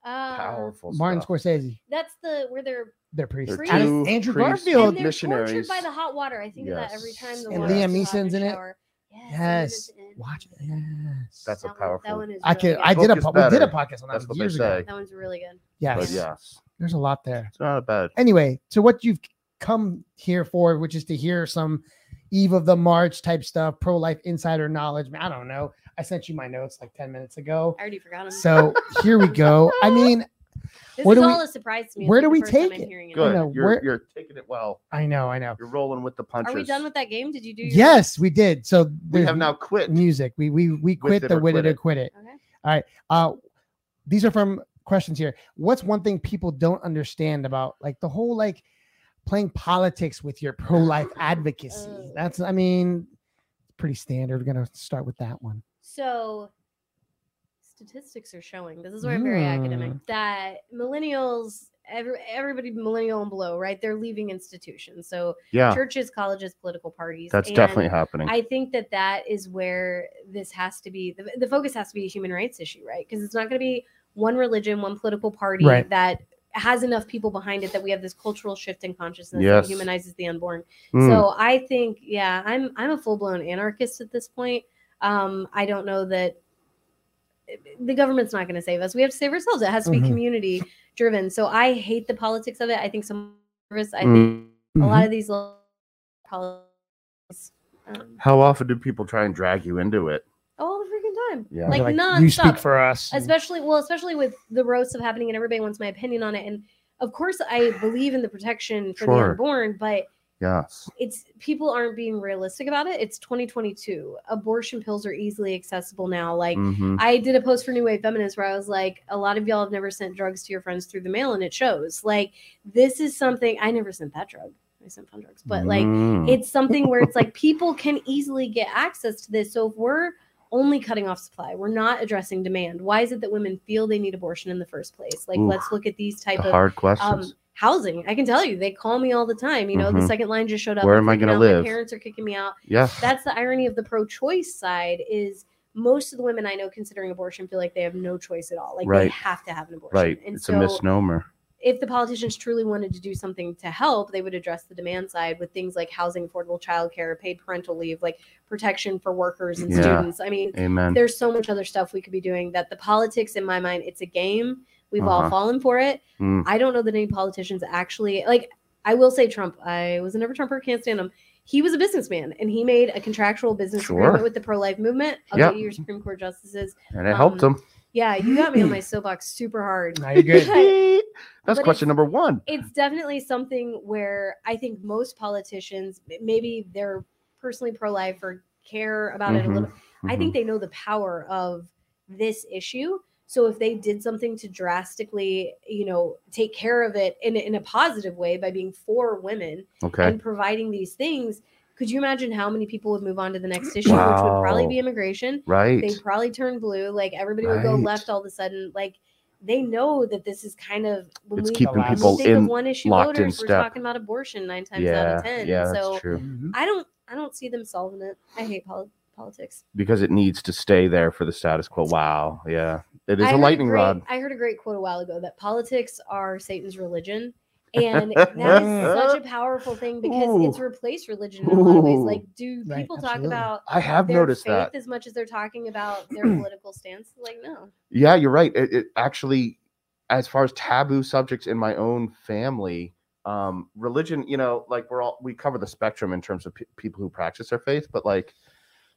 Uh, Powerful. Martin stuff. Scorsese. That's the where they're They're priests. They're Adam- two Andrew priests. and Garfield. they're missionaries. tortured by the hot water. I think of that every time. Yes. The And water Liam gets hot Neeson's the in it? shower. Yes. Yes. Liam Neeson's in it. Watch. it. Yes. That's a That one- powerful- That one is. I really can. I good. did a. Book is po- We did a better. podcast on that That's what they years ago. say. That one's really good. Yes. But yes, There's a lot there. it's not bad. Anyway, so what you've come here for, which is to hear some eve of the march type stuff, pro life insider knowledge. I don't know. I sent you my notes like ten minutes ago. I already forgot him. So here we go. I mean, this where is do we- all a surprise to me. It's where like do the we first time take I'm it? hearing Good. know, you're we're- you're taking it well. I know, I know. You're rolling with the punches. Are we done with that game? Did you do? Your Yes, we did. So We there's have now quit. music. We we we quit it the or wit quit it or it. quit it. Okay. Uh, these are from questions here. What's one thing people don't understand about like the whole like playing politics with your pro *laughs* life advocacy? Oh. That's I mean, pretty standard. We're gonna start with that one. So statistics are showing this is where I'm very academic Hmm. Mm. that millennials, every, everybody millennial and below, right? They're leaving institutions. So Yeah, churches, colleges, political parties. that's and definitely happening. I think that that is where this has to be. The, the focus has to be a human rights issue, right? Because it's not going to be one religion, one political party Right. that has enough people behind it that we have this cultural shift in consciousness Yes. that humanizes the unborn. Mm. So I think, yeah, I'm I'm a full blown anarchist at this point. Um, I don't know that eh, the government's not going to save us. We have to save ourselves. It has to be Mhm. community driven. So I hate the politics of it. I think some service. I think Mm. a lot of these little politics. Um, How often do people try and drag you into it? all the freaking time. Yeah. Mm-hmm. Like, nonstop. you speak for us. and- especially well, especially with the roasts of happening and everybody wants my opinion on it. And of course I believe in the protection for Sure. the unborn, but Yes. it's people aren't being realistic about it. It's 2022. Abortion pills are easily accessible now. Like Mhm. I did a post for New Wave Feminist where I was like, a lot of y'all have never sent drugs to your friends through the mail, and it shows. Like, this is something I never sent that drug. I sent fun drugs, but like, Mm. it's something where it's like people can easily get access to this. So if we're only cutting off supply, we're not addressing demand. Why is it that women feel they need abortion in the first place? Like, Oof. let's look at these type the of hard questions. um, housing. I can tell you, they call me all the time. You know, Mhm. the second line just showed up. Where I'm am I freaking gonna out. live? My parents are kicking me out. yeah. That's the irony of the pro-choice side is most of the women I know considering abortion feel like they have no choice at all. Like they Right. have to have an abortion. Right. And it's so a misnomer. if the politicians truly wanted to do something to help, they would address the demand side with things like housing, affordable childcare, paid parental leave, like protection for workers and Yeah. students. I mean, Amen. there's so much other stuff we could be doing that the politics in my mind it's a game we've Uh-huh. all fallen for it Mm. i don't know that any politicians actually like i will say trump i was a never trumper can't stand him he was a businessman and he made a contractual business Sure. agreement with the pro-life movement i'll Yeah. get you your supreme court justices And it helped um, him. yeah you got me on my soapbox super hard Now you're good. *laughs* But That's But question number one. it's definitely something where I think most politicians, m- maybe they're personally pro life or care about Mm-hmm. it a little. I think they know the power of this issue. So if they did something to drastically, you know, take care of it in, a- in a positive way by being for women Okay. and providing these things, could you imagine how many people would move on to *clears throat* the next issue, which would probably Wow. be immigration? Right. they probably turn blue. Like everybody would go Right. left all of a sudden. Like they know that this is kind of when It's we, keeping when we people think of in- one issue locked in voters, we're step. talking about abortion nine times out Yeah. of ten. Yeah, so that's true. Mm-hmm. I don't I don't see them solving it. I hate pol- politics. Because it needs to stay there for the status quo. Wow. Yeah. It is I a heard lightning great, rod. I heard a great quote a while ago that politics are Satan's religion. And that is *laughs* such a powerful thing because it's Ooh. replaced religion in a lot of ways. Ooh. Like, do people Right, talk absolutely. about I have their noticed faith that. as much as they're *clears throat* talking about their political stance? Like, no. Yeah, you're right. It, it actually, as far as taboo subjects in my own family, um, religion, you know, like we're all we cover the spectrum in terms of pe- people who practice their faith, but like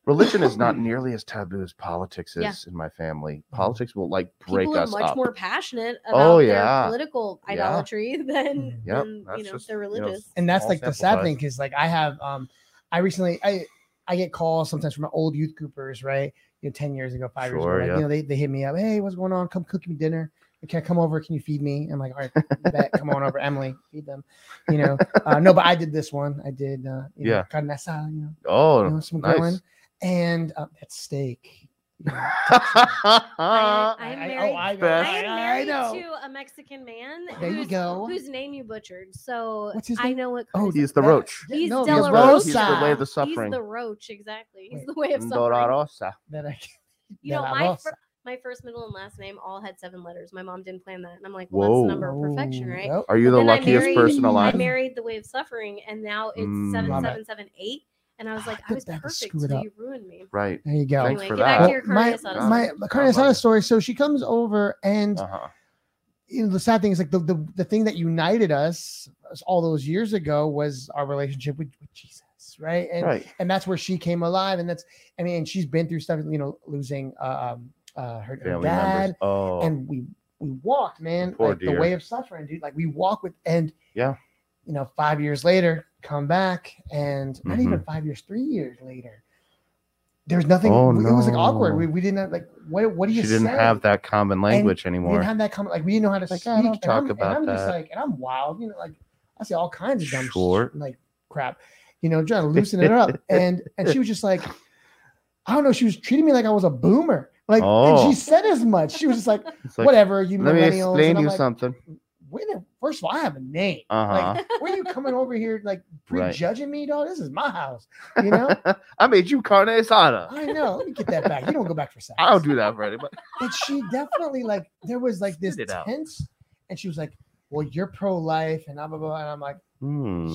religion is *laughs* not nearly as taboo as politics is Yeah. Mm-hmm. in my family. Politics will like break people us are much up. more passionate about Oh, their yeah. political Yeah. idolatry *laughs* than, Mm-hmm. Yep, than that's you know just, they're you know, religious. and that's all like the sample sad size. thing because like I have um I recently I I get calls sometimes from old youth groupers, right? You know, 10 years ago, five years ago. Sure, like, yeah. You know, they, they hit me up, hey, what's going on? Come cook me dinner. Can I come over? Can you feed me? I'm like, all right, bet. come on over, Emily, feed them. You know, uh, no, but I did this one. I did, uh, you Yeah. know, carne asada, you know, you know Oh, some nice. *laughs* grilling, and uh, that steak. you know. I am I- married- I Best. am I- I married know. to a Mexican man. There you whose- go. Whose name you butchered. So What's his I name? know what. Oh, Chris- he's the That- roach. yeah, he's no, Della the Rosa. Della Rosa. He's the way of the He's suffering. the roach, exactly. He's Wait. the way of suffering. Dolorosa. that I, *laughs* You De know, La my Rosa. fir- my first, middle, and last name all had seven letters. My mom didn't plan that, and I'm like, well, that's Whoa. the number of perfection, Oh, right? yep. Are you But the then I luckiest married- person *laughs* I alive? married the way of suffering, and now it's Mm. seven Love it. seven seven eight. And I was like, I I was did that to perfect screw it till up. you ruined me. *laughs* Right. There you go. Thanks Anyway, for get back to that. your carne my asada story. my story. my carne Love asada it. story. So she comes over, and Uh-huh. you know, the sad thing is like the, the the thing that united us all those years ago was our relationship with, with Jesus, right? And Right. and that's where she came alive. And that's I mean, she's been through stuff, you know, losing uh, um uh, her, her Family dad, members. Oh. and we we walked, man, Poor like the dear. way of suffering, dude. Like we walk with, and Yeah. you know, five years later, come back, and not Mm-hmm. even five years, three years later. There's nothing. Oh, we- It was like awkward. no. We, we didn't have, like what what do she you didn't say? have that common language We didn't anymore. have that comment. Like we didn't know how to Like, speak. I don't and talk I'm, about and I'm just that. like, and I'm wild. You know, like I say all kinds of dumb sh- Sure. like crap. You know, trying to loosen it *laughs* up, and and she was just like, I don't know. She was treating me like I was a boomer. Like and Oh. she said as much. She was just like, It's like, whatever, you Let me millennials. explain and I'm you like, something. Wait a, first of all, I have a name. Uh Like, where you coming over here like *laughs* Right. prejudging me, dog? This is my house. You know, *laughs* huh. Uh-huh. I made you carne asada. *laughs* I know. Let me get that back. You don't go back for seconds I'll do that for anybody. but she definitely like there was like this Spit it out. tense, and she was like, "Well, you're pro life," and blah blah blah, and I'm like, Hmm,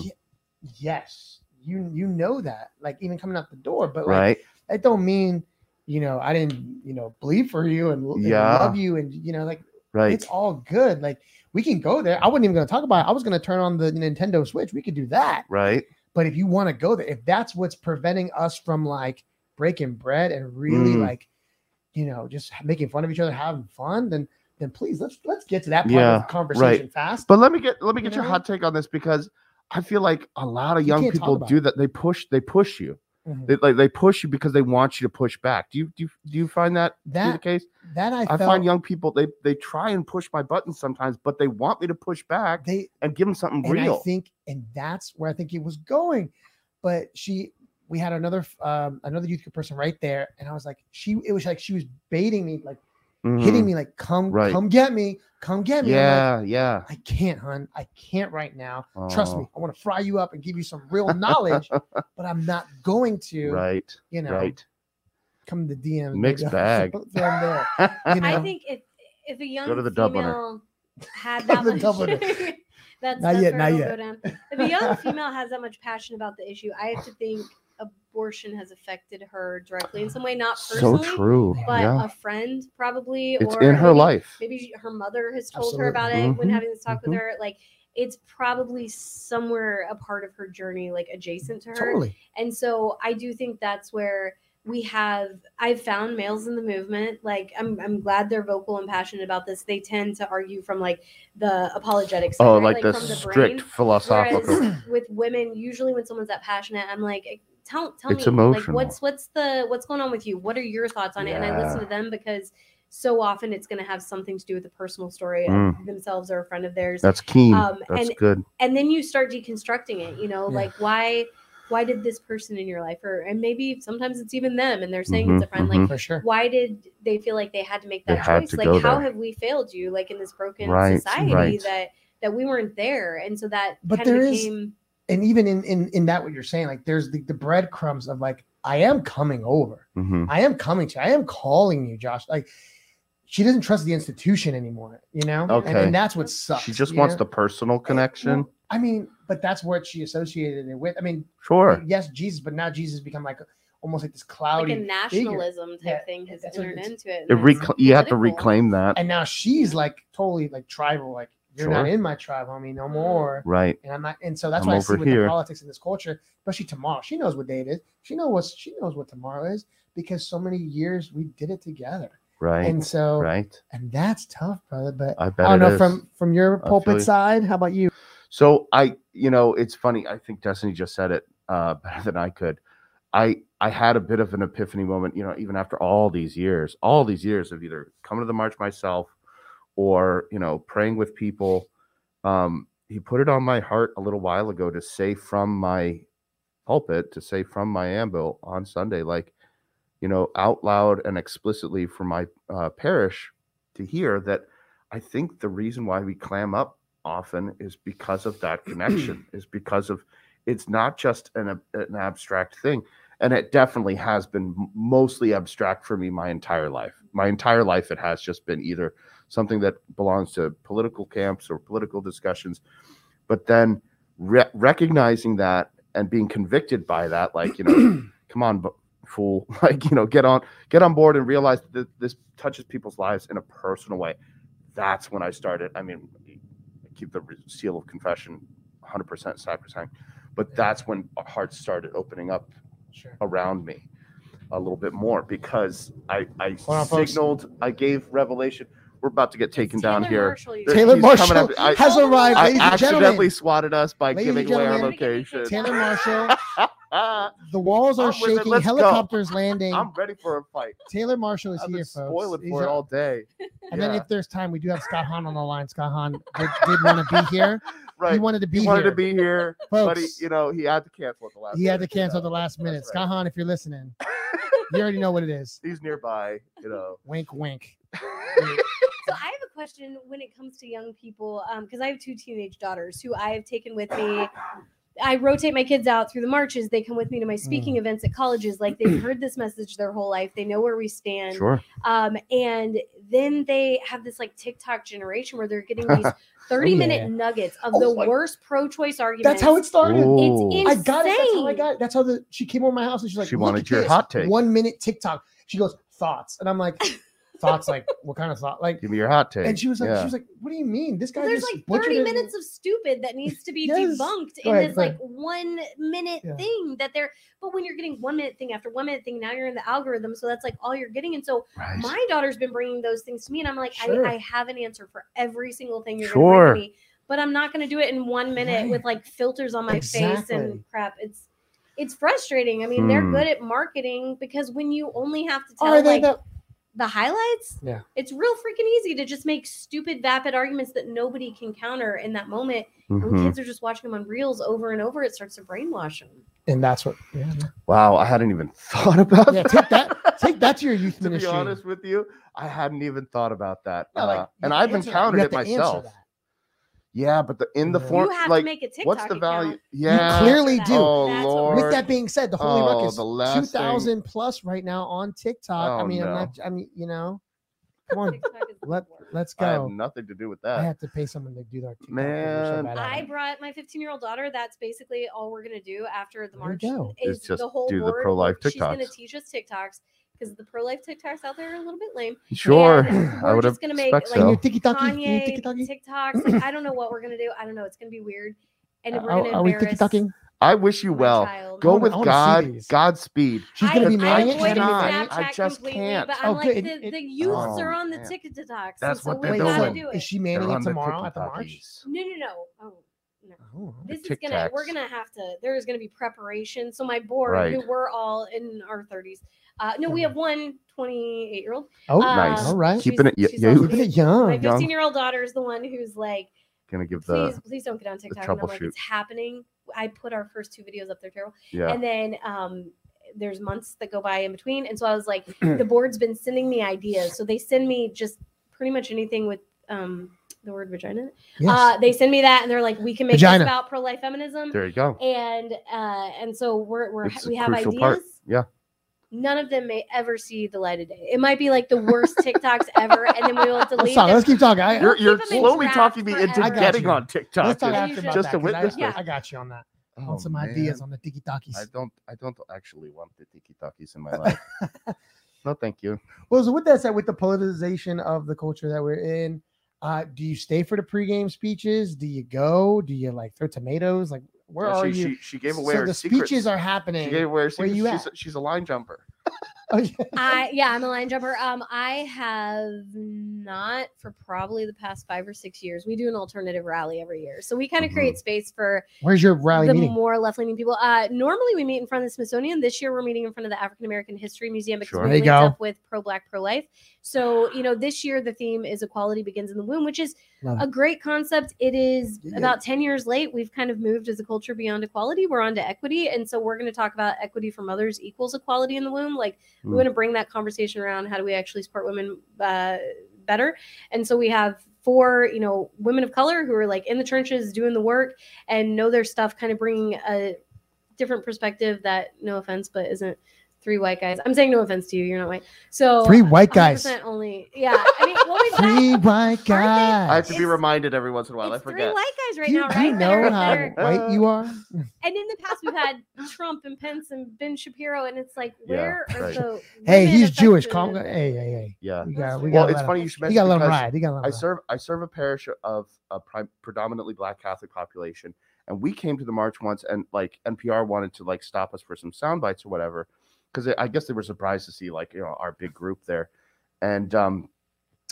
"Yes, you you know that." Like even coming out the door, but like Right. that don't mean you know I didn't you know bleed for you and, and Yeah. love you and you know like Right. it's all good. Like we can go there. I wasn't even going to talk about it. I was going to turn on the Nintendo Switch. We could do that. Right. But if you want to go there, if that's what's preventing us from like breaking bread and really Mm. like, you know, just making fun of each other, having fun, then then please let's let's get to that part Yeah, of the conversation fast. But let me get let me You get your know? hot take on this because I feel like a lot of You young can't talk people about do that. They push they push you. Mhm. They like they push you because they want you to push back. Do you do you, do you find that, to be the that case? that I, I felt find young people they they try and push my buttons sometimes, but they want me to push back they and give them something and real. I think and that's where I think it was going. But she we had another um another youth group person right there, and I was like, she it was like she was baiting me, like hitting Mhm. me, like come Right. come get me, come get me. I'm like, Yeah, yeah. I can't, hun. I can't right now. Trust Oh, me, I want to fry you up and give you some real *laughs* knowledge, but I'm not going to, Right. you know, Right. come to DM. *laughs* Mixed bag. From there. *laughs* You know, I think if if a young to the Dubliner. female Go had that to much, the Dubliner. *laughs* Not that's, that's yet, where not it'll yet. go down. If a *laughs* young female has that much passion about the issue, I have to think abortion has affected her directly in some way, not so personally, true. uh, but Yeah. a friend probably, It's or in her maybe- life. Maybe she- her mother has told her Absolutely. about it when Mhm, having this talk Mm-hmm. with her. Like it's probably somewhere a part of her journey, like adjacent to her. totally. And so I do think that's where we have i've found males in the movement like i'm, I'm glad they're vocal and passionate about this they tend to argue from like the apologetic side, Oh, right? like, the from strict philosophical. Whereas with women, usually when someone's that passionate, I'm like, tell tell It's me emotional. like what's what's the what's going on with you? What are your thoughts on it? And I listen to them because so often it's gonna have something to do with a personal story of Mm. themselves or a friend of theirs. That's keen. Um, That's and- good. and then you start deconstructing it, you know, Yeah. like why why did this person in your life or and maybe sometimes it's even them and they're saying it's a Mhm, friend, mhm. like for sure. why did they feel like they had to make They that had choice to like go how there. have we failed you like in this broken Right, society right. that that we weren't there and so that But kind there of is- became And even in in in that what you're saying, like there's the, the breadcrumbs of like I am coming over. Mhm. I am coming to. you. I am calling you, Josh. Like she doesn't trust the institution anymore. You know. And, Okay. and that's what sucks. She just you wants know? the personal connection. Well, I mean, but that's what she associated it with. I mean, Sure. yes, Jesus, but now Jesus become like almost like this like cloudy a nationalism type Yeah, thing has that's what entered it's- into it. It and that's recla- you have to political. reclaim that. and now she's like totally like tribal like you're not Sure. in my tribe homie no more Right. and i'm not and so that's I'm why i see over with the here. politics in this culture especially tomorrow she knows what day it is she knows what she knows what tomorrow is because so many years we did it together Right. and so Right. and that's tough brother but I i bet don't it know is. from from your feel pulpit you. side how about you So I, you know, it's funny. I think Destiny just said it uh, *laughs* better than I could. I I had a bit of an epiphany moment, you know, even after all these years, all these years of either coming to the march myself or you know praying with people. Um, he put it on my heart a little while ago to say from my pulpit, to say from my ambo on Sunday, like you know, out loud and explicitly for my uh, parish to hear that. I think the reason why we clam up often is because of that connection is because of it's not just an, ab- an abstract thing and it definitely has been m- mostly abstract for me my entire life my entire life it has just been either something that belongs to political camps or political discussions but then re- recognizing that and being convicted by that like you know come on bu- fool *laughs* like you know get on get on board and realize that this touches people's lives in a personal way that's when i started i mean I keep the re- seal of confession 100% sacrosanct but that's when our hearts started opening up sure around me a little bit more because i i Hold on, folks. signaled i gave revelation we're about to get taken Taylor down here Marshall, you There- taylor he's coming marshall up. I- has arrived i ladies and accidentally gentlemen swatted us by Ladies and giving away our gentlemen, location taylor *laughs* marshall Ah, the walls are I'm with it. shaking Let's go. helicopters landing i'm ready for a fight taylor marshall is i've here been folks spoiling He's for it our- all day And then Yeah. if there's time, we do have Scott Hahn on the line. Scott Hahn did, did want to *laughs* be here. He right wanted to be he wanted here. to be here but he, Folks, you know he had to cancel at the last he had to minute, cancel at you the know, last that's minute. right. Scott Hahn, if you're *laughs* listening, you already know what it is. he's nearby you know Wink, *laughs* wink. So I have a question when it comes to young people, because I have two teenage daughters who I have taken with me. I rotate my kids out through the marches. They come with me to my Mm. speaking events at colleges. Like *clears throat* they've heard this message their whole life. They know where we stand. sure Um, and then they have this like TikTok generation where they're getting *laughs* these 30 minute Oh, yeah. nuggets of Oh the my- worst pro choice That's arguments. how it started. Ooh. in- I got it. That's how I insane. got it. That's how the she came over my house and she's like, She "Look wanted at your this. hot take." One minute TikTok. She goes, thoughts. And I'm *laughs* like, thoughts, like, what kind of thought? Like, Give me your hot take. and she was like, Yeah. she was like, what do you mean? This guy Well, there's just like butchered 30 it." minutes of stupid that needs to be Yes. debunked Go in ahead, this go ahead. like one minute Yeah. thing that they're but when you're getting one minute thing after one minute thing now you're in the algorithm so that's like all you're getting and so Right. my daughter's been bringing those things to me and i'm like Sure. I, I have an answer for every single thing you're Sure. gonna bring me but i'm not gonna do it in one minute Right. with like filters on my face Exactly. and crap it's it's frustrating i mean they're Hmm. good at marketing because when you only have to tell Are they like the the highlights. Yeah. It's real freaking easy to just make stupid, vapid arguments that nobody can counter in that moment. And When Mhm. kids are just watching them on reels over and over, it starts to brainwash them. and that's what yeah, no. Wow, I hadn't even *laughs* thought about Yeah, that. take that- *laughs* take that to your youth to be ministry. honest with you, I hadn't even thought about that. No, like, Uh, you have and to I've answer that. You encountered have it to answer myself. that. Yeah, but the in the Yeah. form Mm-hmm. you have like to make a TikTok. what's the value? account. Yeah. clearly do. Oh That's what- lord. With that being said, the Holy Oh, Ruckus the last two thing- thousand plus right now on TikTok. I Oh, mean, I'm no. not. I mean, you know, come on, *laughs* TikTok is the let worst. let's I have go. nothing to do with I, that. have to pay someone to do their TikTok. 'cause we're so Man. bad at I it. brought my 15 year old daughter. That's basically all we're gonna do after the There you march. go. Is just the whole do the board, pro-life She's *laughs* gonna TikToks. teach us TikToks because the pro life TikToks out there are a little bit lame. Sure. And I we're would just gonna make, expect like, Can so. you tiki Kanye, talkie? TikToks. Like, I don't know what we're gonna do. I don't know. It's gonna be weird. And we're Are, gonna Uh, are we embarrass- tiki talking? I wish you my well. child. Go I wanna- with I wanna see God. these. Godspeed. She's I- gonna be I marrying I it. avoided cannot. Snapchat I just completely, can't. But I'm Oh, like, good. the, It- the youths Oh, are on the man. ticket to talks. That's so what we they're gotta doing. do it. Is she They're manning it on the tomorrow at the TikTokies. march? no, no, no. Oh, no. Oh, This is Tic gonna. We're Tacs. gonna have to. There is gonna be preparation. So my board, Right. Mm-hmm. who we're all in our 30s. Uh, no, we have one 28 year old. oh nice. All right. she's- Keeping it- y- Um, she's you- also- Keeping it My young. Oh, Young. 15 year old daughter is the one who's like, Gonna give please, the please don't get on TikTok. And I'm like, troubleshoot. it's happening. I put our first two videos up there terrible. yeah. And then um, there's months that go by in between. And so I was *clears throat* like, the board's been sending me ideas. So they send me just pretty much anything with um, the word vagina. Yes. Uh, they send me that and they're like, we can make Vagina. this about pro life feminism. There you go. And uh, and so we're, we're It's a we have crucial ideas. part. Yeah. None of them may ever see the light of day. It might be like *laughs* the worst TikToks ever, and then we will Let's delete talk. them. Let's keep talking. I, You're, keep you're them in slowly draft talking me into forever. I got getting you. on let's TikTok. talk Yeah. after about Just that, to 'cause I- witness I, this. I got you on that. Oh, on some man. ideas on the Tiki Takis. I don't I don't actually want the tiki takis *laughs* in my life. no, thank you. Well, so with that said, with the politicization of the culture that we're in, uh, do you stay for the pregame speeches? Do you go? Do you like throw tomatoes? Like, where Yeah, are she, you? She, she gave away so her the secrets. speeches are She happening. *laughs* gave away her secrets. you she's, a, she's a line jumper. Oh, yeah. I yeah, I'm a line jumper. Um, I have not for probably the past five or six years. We do an alternative rally every year, so we kind of Mhm. create space for Where's your rally the meeting? more left leaning people. Uh, normally we meet in front of the Smithsonian. This year we're meeting in front of the African American History Museum because Sure. we There you linked go. up with pro black, pro life. So you know, this year the theme is equality begins in the womb, which is Love a great concept. It is Yeah. about ten years late. We've kind of moved as a culture beyond equality. We're on to equity, and so we're going to talk about equity for mothers equals equality in the womb, like. We Hmm. Mm. want to bring that conversation around how do we actually support women uh, better? And so we have four, you know, women of color who are like in the trenches doing the work and know their stuff, kind of bringing a different perspective that, no offense, but isn't three white guys. I'm saying no offense to you. You're not white. So Three white guys. 100% Only. Yeah. I mean, well, we've *laughs* got, Three white guys. I have to be It's- reminded every once in a while. I it's three forget. white guys right do you, now, do right? you That know are- how that Uh, are- white you are? and in the past, we've had Trump and Pence and Ben Shapiro, and it's like, Yeah, where are right. the Hey, women he's Jewish. affected? Calm. Hey, hey, hey. Yeah. We got. We Well, got. it's funny you should You mention gotta let him because ride. You gotta let him I ride. serve I serve a parish of a pri- predominantly black Catholic population, and we came to the march once, and like NPR wanted to like stop us for some sound bites or whatever, because I guess they were surprised to see like you know our big group there, and um,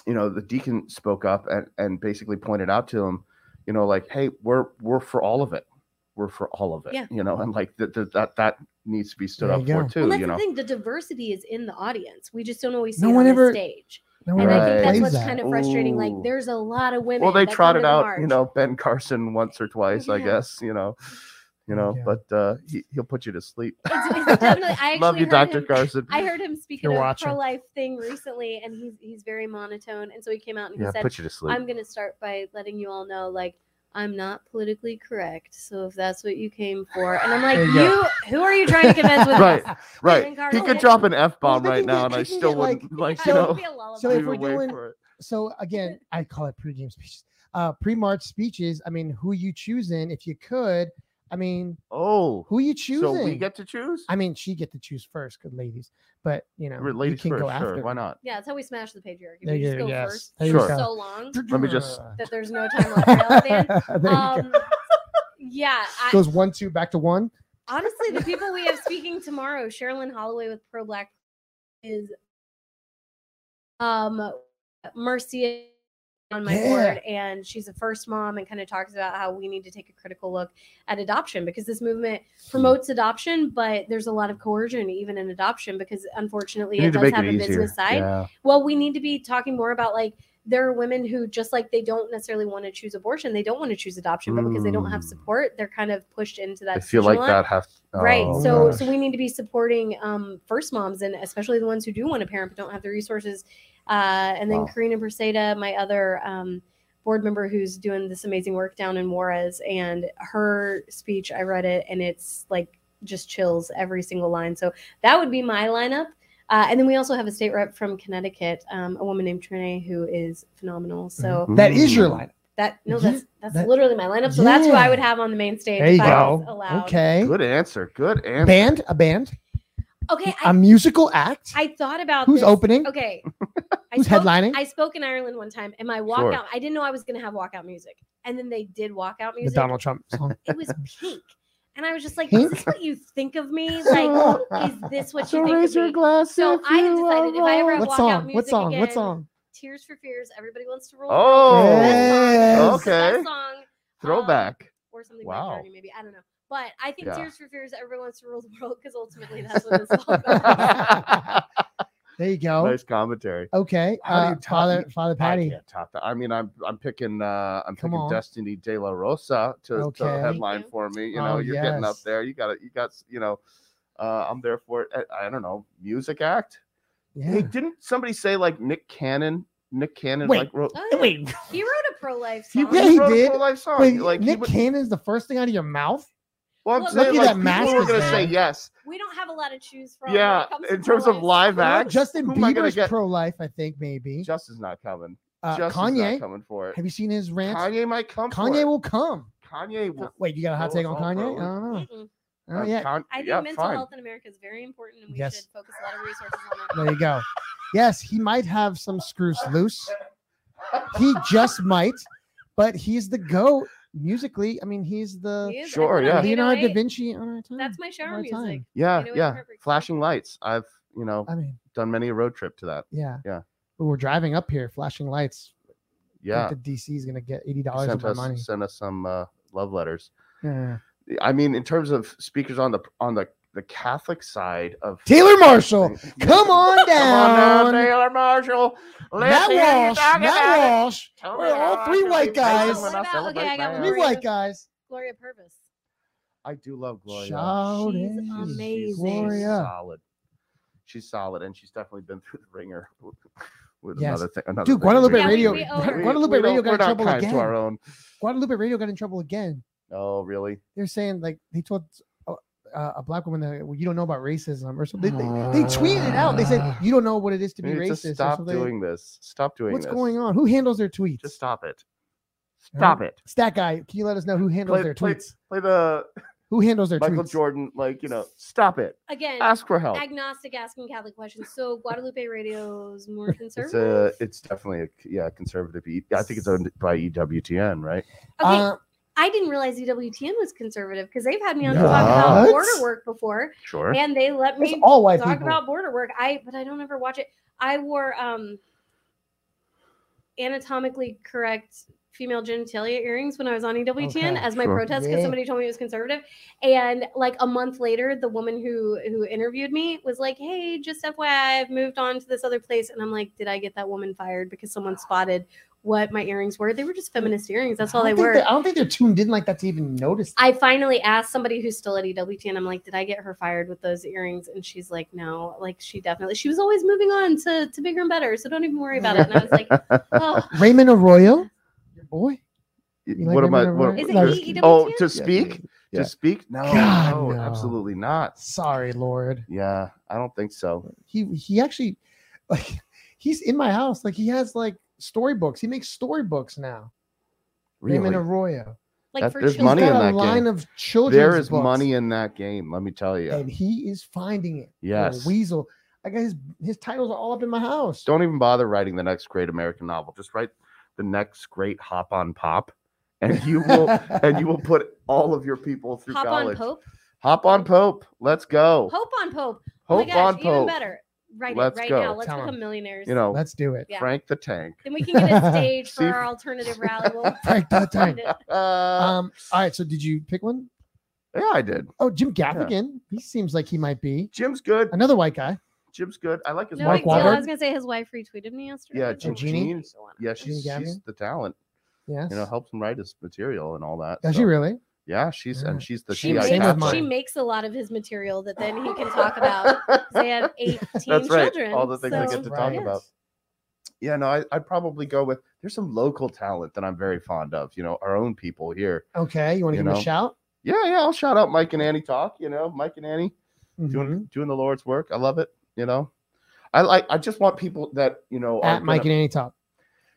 you know the deacon spoke up and and basically pointed out to him, you know like hey we're we're for all of it, we're for all of it, Yeah. you know, and like that that that that needs to be stood There up you for go. too, Well, that's you the know. thing. The diversity is in the audience. We just don't always see No it one on ever- the stage. No one And I think ever that's plays what's that. kind of frustrating. Like, Ooh. there's a lot of women. Well, they that come to trotted the out, you march. know, Ben Carson once or twice, I Yeah. guess, you know, you know, Yeah. but uh, he, he'll put you to sleep. *laughs* It's, it's definitely, I Love actually you, heard Dr. him- Carson. I heard him speak You're about a watching. pro life thing recently, and he's he's very monotone. And so he came out and he yeah, said, put you to sleep. "I'm going to start by letting you all know, like." I'm not politically correct, so if that's what you came for, and I'm like, There you you, go. who are you trying to *laughs* convince with Right, this? right. He Carson- could drop an F bomb they right can now, get- and they I can still get, wouldn't, like, I you don't know, feel lullaby. *laughs* so if we we're were waiting doing- for it. So again, I call it pre-game speeches. Uh, pre-march speeches. I mean, who you choosing? If you could, I mean, Oh, who you choosing? so we get to choose? I mean, she get to choose first, good ladies. But you know, We're you ladies can first, go sure. after. Why not? yeah, that's how we smash the patriarchy. There We just you- go yes. first There you for go. *laughs* so long Let me just- that there's no time left. for Taliban. There you go. um, yeah, I, Goes one, two, back to one. honestly, the people we have speaking tomorrow, Sherilyn Holloway with Pro Black is um Mercia on my Yeah. board, and she's a first mom and kind of talks about how we need to take a critical look at adoption because this movement Hmm. promotes adoption, but there's a lot of coercion even in adoption because unfortunately You it need to does make have it a easier. business side Yeah. well we need to be talking more about like there are women who just like they don't necessarily want to choose abortion they don't want to choose adoption but because they don't have Mm. support they're kind of pushed into that I feel like decision line. that have right oh, so gosh. so we need to be supporting um first moms and especially the ones who do want to parent but don't have the resources uh and then Wow. karina Perseda, my other um board member who's doing this amazing work down in juarez and her speech i read it and it's like just chills every single line so that would be my lineup uh, and then we also have a state rep from Connecticut, um, a woman named Trine, who is phenomenal. So That is your Mm. lineup. that no, Mm-hmm. Yeah, that's that's that- literally my lineup. So that's who I yeah. would have on the main stage. There you if I was go. allowed. Okay. Good answer. Good answer. Band, a band, Okay. I, a musical act. I thought about Who's this. opening? Okay. I *laughs* Who's spoke, headlining? I spoke in Ireland one time, and my Sure. walkout. I didn't know I was going to have walkout music, and then they did walkout the music. Donald Trump song. It was pink. And I was just like, is this what you think *laughs* of me? Like, is this what you think of me? glass. So I had decided if I ever What walk out song? music What song? again, What song? Tears for Fears, Everybody Wants to Roll. Oh, Yes. That's the best okay. song um, *laughs* Throwback. *laughs* or something Wow. by Journey, maybe. I don't know. But I think Yeah. Tears for Fears, Everyone Wants to Rule the World, because ultimately that's what this is all about. There you go. nice commentary. Okay. How do Uh, you top- Father, Father I Patty. can't top that. I mean, I'm I'm picking uh I'm Come picking on. Destiny De La Rosa to, to Okay. Thank headline you. for me. You Oh, know, you're getting up yes. there. You got it. You got you know, uh, I'm there for it. I, I don't know, music act. Hey, Yeah. didn't somebody say like Nick Cannon? Nick Cannon Wait. like wrote. Oh, yeah. Wait. He wrote a pro life He, song. Yeah, he wrote did. a life song. Wait, like he Nick would- Cannon's the first thing out of your mouth? Well, I'm Look saying at like that mask people were is gonna there. say yes. We don't have a lot of choose from. when Yeah, it comes in to terms pro of live You know, songs. act, Justin who am I gonna Bieber's get? pro life, I think, maybe. Just is not coming. Uh, Just is not Kanye. coming for it. Have you seen his rant? Kanye, Kanye might come. for it. will come. Kanye will. Wait, you got a hot Go take us on all, Kanye? bro. I don't know. Oh, Mm-mm. I don't uh, know yet. Con- I think yeah, mental fine. health in America is very important, and we Yes. should focus a lot of resources on it. There you go. Yes, he might have some screws loose. He just might, but he's the goat musically. I mean, he's the He is Sure, everyone. yeah. You know, Leonardo da it- Vinci on our time. That's my shower My music. time. Yeah, You know, it's yeah. perfect. Flashing lights. I've you know I mean, done many a road trip to that. yeah. Yeah. We were driving up here, flashing lights. I Yeah, think the DC is gonna get eighty dollars of sent my us money. sent us some uh, love letters. *laughs* Yeah. I mean, in terms of speakers on the on the the Catholic side of Taylor Marshall, come on Come on down. down, Taylor Marshall. Let's Matt hear you Walsh, talk about it. Matt Walsh. Tell We're me all how I three can white be guys. when I What about- celebrate okay, I got my one Three more. life. white guys. Gloria Purvis. I do love Gloria. Shout She's it. She's- She's, amazing. she's Gloria. solid. She's solid, and she's definitely been through the ringer *laughs* with- with Yes. another thing. Another Dude, thing. Guadalupe Yeah, we- Radio. we owe her. Guadalupe don't- Radio we're got in not trouble kind again. To our own. Guadalupe Radio got in trouble again. Oh, really? They're saying like they told uh, a black woman that well, you don't know about racism or something. They, they, they tweeted it out. They said you don't know what it is to be You Ah. need to racist. or stop something. doing this. Stop doing What's this. going on? Who handles their tweets? Just stop it. Yeah. Stop it. Stat guy, can you let us know who handles Play, their play, tweets? play the Who handles their Michael tweets? Jordan, like, you know, stop it. Again, Ask for help. agnostic asking Catholic questions. So Guadalupe Radio's more *laughs* It's a, conservative. it's definitely a yeah conservative. E- I think it's owned by EWTN, right? okay, Uh, I didn't realize E EWTN was conservative because they've had me on No. to talk about What? border work before, Sure. and they let it's me all white talk people. about border work. I but I don't ever watch it. I wore um anatomically correct female genitalia earrings when I was on E EWTN Okay, as my sure. protest because Yeah. somebody told me it was conservative. And like a month later, the woman who who interviewed me was like, "Hey, just FYI, I've moved on to this other place." And I'm like, "Did I get that woman fired because someone spotted what my earrings were? They were just feminist earrings. That's all I they don't think were." I don't think they're tuned in like that to even notice. I finally asked somebody who's still at E EWTN. I'm like, did I get her fired with those earrings? And she's like, no. Like she definitely, she was always moving on to to bigger and better. So don't even worry about it. And I was *laughs* like, oh, Raymond Arroyo, your boy. You like what am I? Eminem, What, right? Is it there's- EWTN? oh, to Yeah. speak? Yeah. To speak? No, God, no, no. absolutely not. Sorry, Lord. Yeah, I don't think so. He he actually like *laughs* he's in my house. Like he has like storybooks. He makes storybooks now. Raymond Really, Arroyo. like That- for there's He's children. got money in a that line game. of children's there is books, money in that game. Let me tell you. and he is finding it. Little Yes. Weasel. I got his his titles are all up in my house. Don't even bother writing the next great American novel. Just write the next great Hop on Pop, *laughs* and you will and you will put all of your people through Hop on college. Pope. Hop on Pope. Let's go. Hope on Pope. Oh my Hope gosh, on even Pope. better. Right, Let's right go. now. Let's Tell 'em. become millionaires. You know, Let's do it. Yeah. Frank the Tank. Then we can get *laughs* a stage for See- our alternative rally. *laughs* We'll Frank the Tank. Uh, Um. All right. So did you pick one? yeah, I did. Oh, Jim Gaffigan. He seems like he might be Jim's good. another white guy. Jim's good. I like his No Mark big deal. I Wahlberg? was gonna say his wife retweeted me yesterday. Yeah, but Jean- don't Jeannie? worry. Go on. Yeah, Gene she's, she's Gavin? the talent. Yes. You know, helps him write his material and all that. Does so- she really? Yeah, she's Yeah. and she's the She Yeah, TI makes, same with captain. mine. she makes a lot of his material that then he can talk about. 'cause They have 18 That's right. children. All the things I so- get to talk Right. about. *laughs* Yeah, no, I, I'd probably go with there's some local talent that I'm very fond of, you know, our own people here. Okay. You want to You give him know. a shout? Yeah, yeah, I'll shout out Mike and Annie Talk, you know, Mike and Annie Mhm. doing doing the Lord's work. I love it, you know. I like I just want people that, you know, are At gonna- Mike and Annie Top.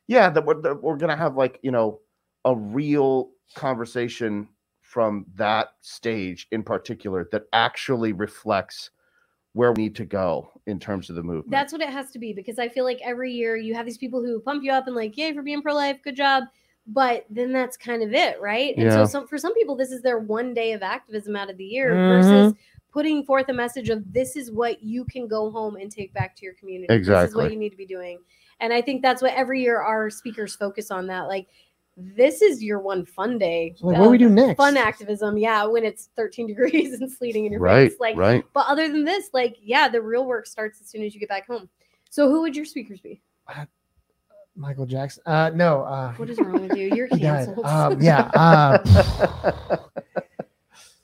yeah that we're, that we're gonna have like you know a real conversation from that stage in particular that actually reflects where we need to go in terms of the movement That's what it has to be because I feel like every year you have these people who pump you up and like, yay for being pro life, good job. But then that's kind of it, right? And Yeah. so some, for some people, this is their one day of activism out of the year Mhm. Mm-hmm. versus putting forth a message of this is what you can go home and take back to your community. This is Exactly. what you need to be doing. And I think that's what every year our speakers focus on that. Like, this is your one fun day. So, like, what do we of do next? Fun activism, yeah, when it's 13 *laughs* degrees and sleeting in your Right, face. Like, *laughs* right. but other than this, like, yeah, the real work starts as soon as you get back home. So, who would your speakers be? Michael Jackson. Uh, no. Uh, What is wrong with you? You're *laughs* he died. canceled. *laughs* Um, yeah. Uh,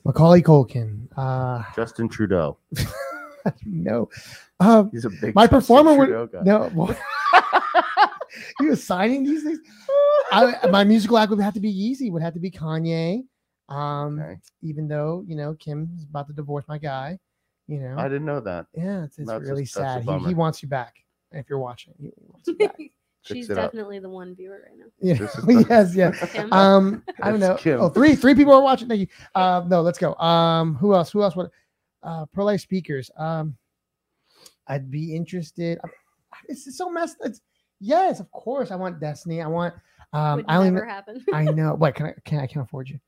Macaulay Culkin. Uh, Justin Trudeau. no. Um, He's a big my Justin performer Trudeau guy. would no. *laughs* well- you assigning these things? I, my musical act would have to be Yeezy. Would have to be Kanye. Um, Okay. even though you know Kim's about to divorce my guy. You know, I didn't know that. yeah, it's, it's that's a- really that's a sad. He, he bummer. wants you back if you're watching. He wants *laughs* you back. *laughs* She's it up. definitely the one viewer right now. *laughs* Yeah. This is the- *laughs* yes, *laughs* yeah. Kim? Um, I don't know. That's Kim. Oh, three, three people are watching. Thank you. Um, no, let's go. Um, who else? Who else? What? Uh, pro life speakers. Um, I'd be interested. I- It's, it's so messed. It's yes, of course. I want Destiny. I want. Um, Would I only. never happen. *laughs* I know. What can I? Can I can't afford you?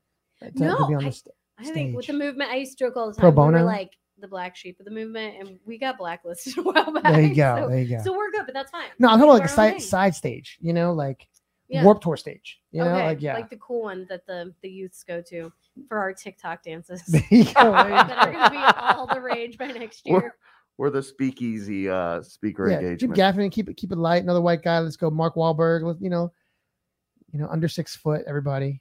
To, to No, be on I- this- I think with the Stage. movement, I used to joke all the time. Pro We bono? were like the black sheep of the movement, and we got blacklisted *laughs* a while back. There you go. So, there you go. so we're good, but that's fine. no, I'm talking Do about like a our side own thing. side stage. You know, like Yeah. warp tour stage. You know, Okay, like yeah. the cool one that the the youths go to for our TikTok dances *laughs* *laughs* there you *laughs* go. there you that go. are going to be all the rage by next We're- year. We're the speakeasy uh, speaker Jim engagement. Gaffigan, keep it keep it light. Another white guy. Let's go. Mark Wahlberg. Let's, you know, you know, under six foot. Everybody.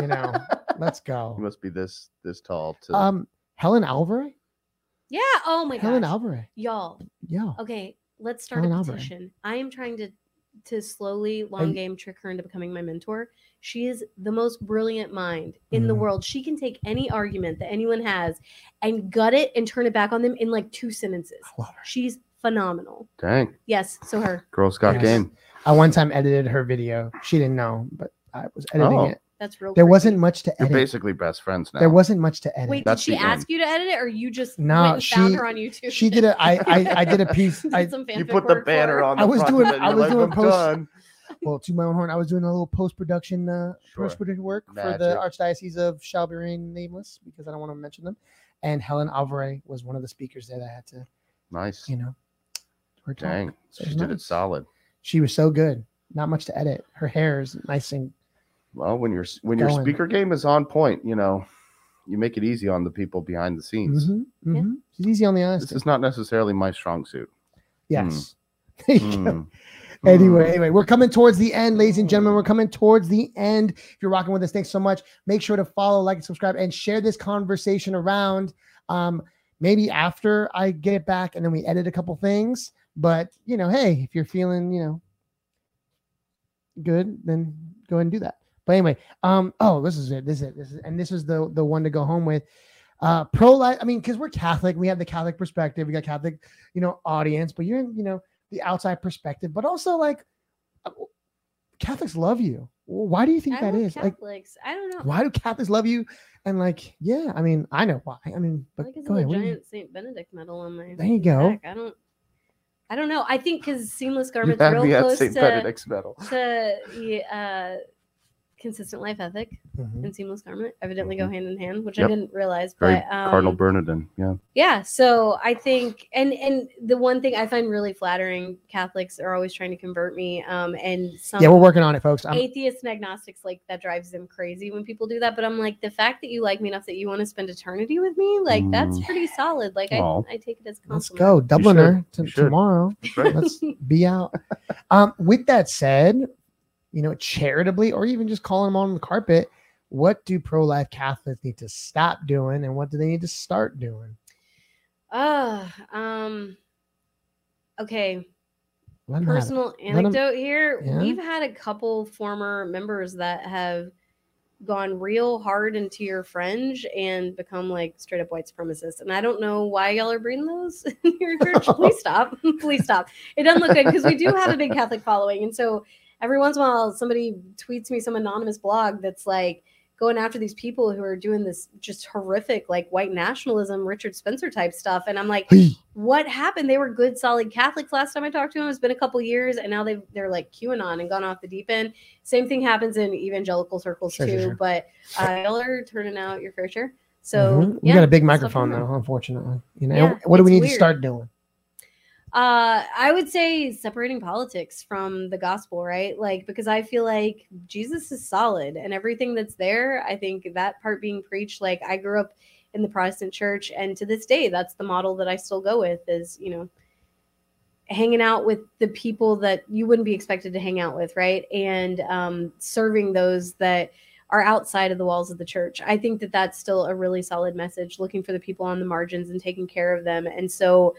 You *laughs* know, let's He go. must be this this tall to Um, Helen Alvarez. Yeah. Oh my Helen gosh. Alvarez. Y'all. Yeah. Okay. Let's start Helen a Alvarez. petition. I am trying to to slowly long you- game trick her into becoming my mentor. She is the most brilliant mind in the Mm. world. She can take any argument that anyone has and gut it and turn it back on them in like two sentences. I love her. She's phenomenal. dang Yes, so her. Girl Scout Yes. game. I one time edited her video. She didn't know, but I was editing Oh. it. That's real. There creepy. wasn't much to You're edit. basically best friends now. there wasn't much to edit. Wait, did That's she the end. ask you to edit it, or you just No, went and found she- her on YouTube? she did it. I, I I did a piece. *laughs* Did I some you fanfic put the work for banner her? on. The I was front doing- of it, and I you're was like, doing "I'm post- done." well to my own horn. I was doing a little post production uh Sure. post production work for the Magic. Archdiocese of Shelby Rain Nameless because I don't want to mention them. And Helen Alvarez was one of the speakers there that I had to Nice. you know, her talk. Dang, So she it's did it nice. solid. She was so good. Not much to edit. Her hair is nice and Well, when your when your Going. speaker game is on point, you know, you make it easy on the people behind the scenes. Mm-hmm. Mhm, mhm. she's easy on the This honesty. is not necessarily my strong *laughs* suit. yes. *laughs* There you go. Mm. Anyway, anyway, we're coming towards the end, ladies and gentlemen. We're coming towards the end. If you're rocking with us, thanks so much. Make sure to follow, like, and subscribe, and share this conversation around. Um, maybe after I get it back and then we edit a couple things. But you know, hey, if you're feeling, you know, good, then go ahead and do that. But anyway, um, oh, this is it. This is it. This is and this is the the one to go home with. Uh, pro life. I mean, because we're Catholic, we have the Catholic perspective. We got Catholic, you know, audience. But you're, in, you know, the outside perspective, but also like uh, Catholics love you. Why do you think I that love is? Like, Catholics. I don't know. why do Catholics love you? And like, yeah, I mean, I know why. I mean, I but think it's go a ahead. what do you- giant Saint Benedict medal on my. There you go. back. I don't. I don't know. I think because seamless *laughs* you garments had real me at close St. to Benedict's medal. to yeah, uh, consistent life ethic Mhm. and seamless garment evidently Mm-hmm. go hand in hand, which Yep. I didn't realize. Very but um, Cardinal Bernardin. Yeah. yeah so i think and and the one thing i find really flattering catholics are always trying to convert me um and some Yeah, we're working on it, folks. I'm, atheists and agnostics like that drives them crazy when people do that but i'm like the fact that you like me enough that you want to spend eternity with me like that's Mm. pretty solid like Aw. I, I take it as a let's compliment go, Dubliner, should. You t- should. tomorrow. That's right. Let's be out. Um, with that said, you know, charitably or even just calling them on the carpet, what do pro life Catholics need to stop doing and what do they need to start doing? oh um okay Let 'em have it. personal Let 'em- anecdote here. Yeah. We've had a couple former members that have gone real hard into your fringe and become like straight up white supremacists. And I don't know why y'all are breeding those *laughs* in your *laughs* church. Please stop. *laughs* Please stop. It doesn't look good because we do have a big Catholic following. And so every once in a while somebody tweets me some anonymous blog that's like going after these people who are doing this just horrific like white nationalism richard spencer type stuff and i'm like what happened they were good solid catholics last time i talked to them it's been a couple years and now they've they're like qanon and gone off the deep end same thing happens in evangelical circles Sure, too sure, sure. but uh, y'all are turning out your fair share so Mhm. we yeah, got a big stuff microphone going on. though, unfortunately. You know, Yeah, what do we need it's to weird. start doing? Uh, I would say separating politics from the gospel, right? Like, because I feel like Jesus is solid and everything that's there, I think that part being preached, like, I grew up in the Protestant church, and to this day, that's the model that I still go with is, you know, hanging out with the people that you wouldn't be expected to hang out with, right? And um, serving those that are outside of the walls of the church. I think that that's still a really solid message, looking for the people on the margins and taking care of them. And so,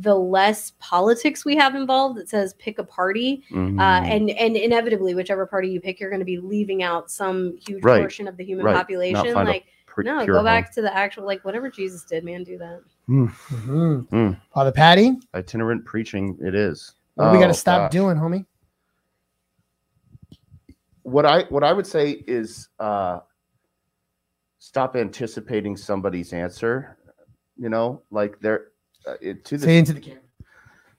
the less politics we have involved that says pick a party Mhm. uh, and and inevitably whichever party you pick you're going to be leaving out some huge Right. portion of the human Right. Not population find a like Pure- no pure go home. back to the actual like whatever jesus did man do that Mhm. Mm. Father Patty, itinerant preaching. It is. what we got Oh, to stop gosh. doing, homie? what I what I would say is uh, stop anticipating somebody's answer. You know, like they're uh, it, to Say the into the camera.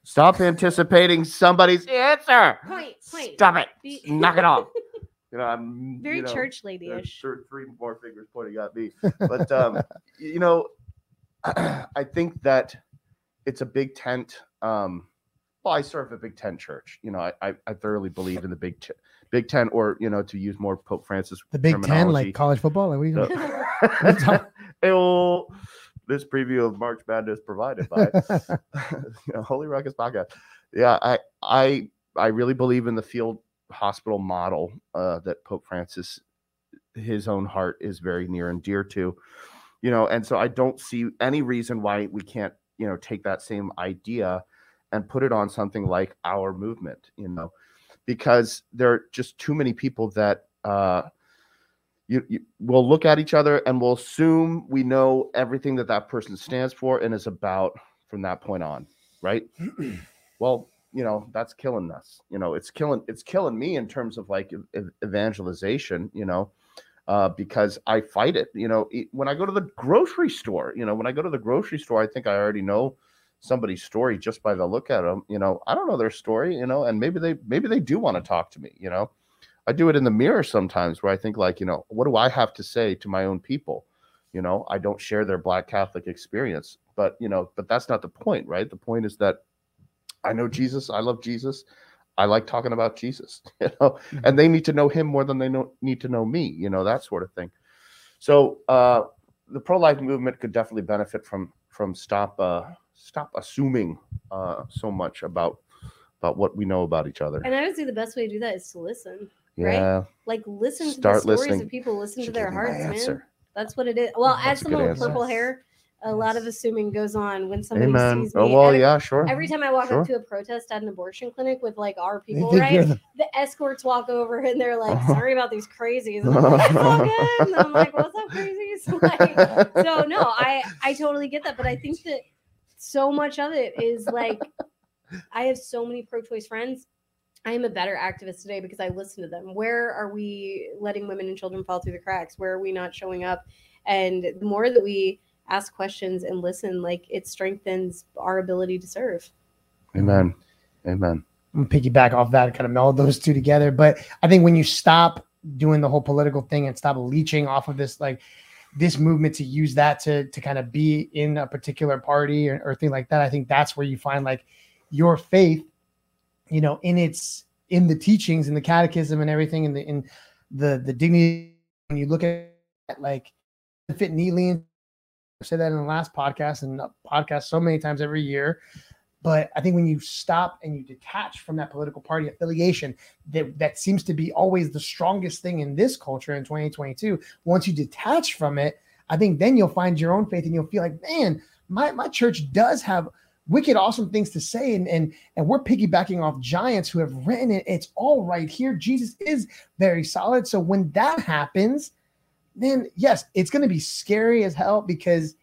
stop anticipating somebody's answer. point point Stop it. Be- Knock it off. You know, I'm very you know, church there's ladyish thir- three more fingers pointing at *laughs* me. But um, y- you know, *clears throat* I think that it's a big tent. Um, well, I serve a Big Ten church. You know, I I, I thoroughly believe in the Big T- Big Ten, or you know, to use more Pope Francis The Big Ten, like terminology, college football. Like, what are you the- gonna- *laughs* Ew. this preview of March Madness provided by *laughs* you know, Holy Ruckus podcast. Yeah, I I I really believe in the field hospital model uh, that Pope Francis, his own heart is very near and dear to, you know, and so I don't see any reason why we can't you know take that same idea and put it on something like our movement, you know, because there are just too many people that. Uh, you, you we'll look at each other and we'll assume we know everything that that person stands for and is about from that point on right well you know that's killing us you know it's killing it's killing me in terms of like ev- ev- evangelization you know uh, because i fight it you know E- when i go to the grocery store you know when i go to the grocery store i think i already know somebody's story just by the look at them you know i don't know their story you know and maybe they maybe they do want to talk to me you know I do it in the mirror sometimes where I think like, you know, what do I have to say to my own people? You know, I don't share their black Catholic experience, but you know, but that's not the point, right? The point is that I know Jesus, I love Jesus. I like talking about Jesus, *laughs* you know, and they need to know him more than they know, need to know me, you know, that sort of thing. So, uh, the pro-life movement could definitely benefit from, from stop, uh, stop assuming, uh, so much about, about what we know about each other. and i would say the best way to do that is to listen right? yeah. like listen to the Start stories listening. of people listen She to their gave me my hearts man answer. that's what it is well That's as a good someone with answer. purple hair a lot Yes. of assuming goes on when somebody Amen. sees me Oh well, Every- yeah, sure. Every time I walk Sure. up to a protest at an abortion clinic with like our They people, *laughs* think you're right? the- The escorts walk over and they're like, "Sorry about these crazies." And I'm like, "It's all good." And then I'm like, "What's up, crazies?" *laughs* *laughs* Like, so no, I I totally get that, but I think that so much of it is like, I have so many pro-choice friends. I am a better activist today because I listen to them. Where are we letting women and children fall through the cracks? Where are we not showing up? And the more that we ask questions and listen, like it strengthens our ability to serve. Amen. Amen. I'm gonna piggyback off that and kind of meld those two together. But I think when you stop doing the whole political thing and stop leeching off of this, like this movement to use that to to kind of be in a particular party or, or thing like that, I think that's where you find like your faith, you know, in its in the teachings in the catechism and everything in the in the the dignity when you look at it, like fit neatly in I said that in the last podcast and the podcast so many times every year. But I think when you stop and you detach from that political party affiliation, that, that seems to be always the strongest thing in this culture in 2022. Once you detach from it, I think then you'll find your own faith and you'll feel like, man, my, my church does have wicked awesome things to say and, and and we're piggybacking off giants who have written it it's all right here jesus is very solid so when that happens then yes it's going to be scary as hell because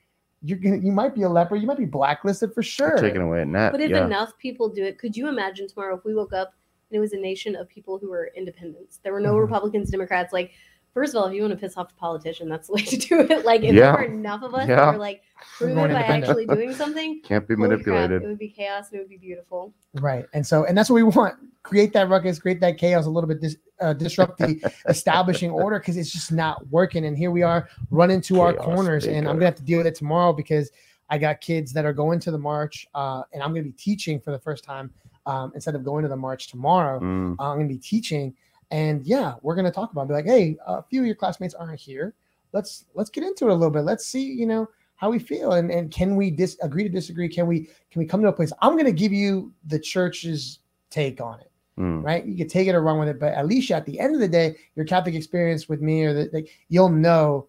you're gonna you might be a leper you might be blacklisted for sure You're Taking away a net. But if Uh, yeah. enough people do it, could you imagine tomorrow if we woke up and it was a nation of people who were independents? There were no Mm-hmm. Mhm. Republicans, Democrats. Like First of all, if you want to piss off a politician, that's the way *laughs* to do it. Like, if Yeah. there were enough of us Yeah. that were *laughs* like proven going by independent. actually doing something, Can't be holy crap, manipulated. it would be chaos and it would be beautiful. Right. And so, and that's what we want. Create that ruckus, create that chaos a little bit, dis, uh, disrupt the establishing order because it's just not working. And here we are running to our Chaos corners. And I'm maker. going to have to deal with it tomorrow because I got kids that are going to the march uh, and I'm going to be teaching for the first time um, instead of going to the march tomorrow. Mm, I'm going to be teaching, and yeah, we're going to talk about. It. Be like, hey, a few of your classmates aren't here. Let's let's get into it a little bit. Let's see, you know, how we feel, and and can we dis- agree to disagree? Can we can we come to a place? I'm going to give you the church's take on it, mm. right? You can take it or run with it, but at least at the end of the day, your Catholic experience with me or the, like, you'll know,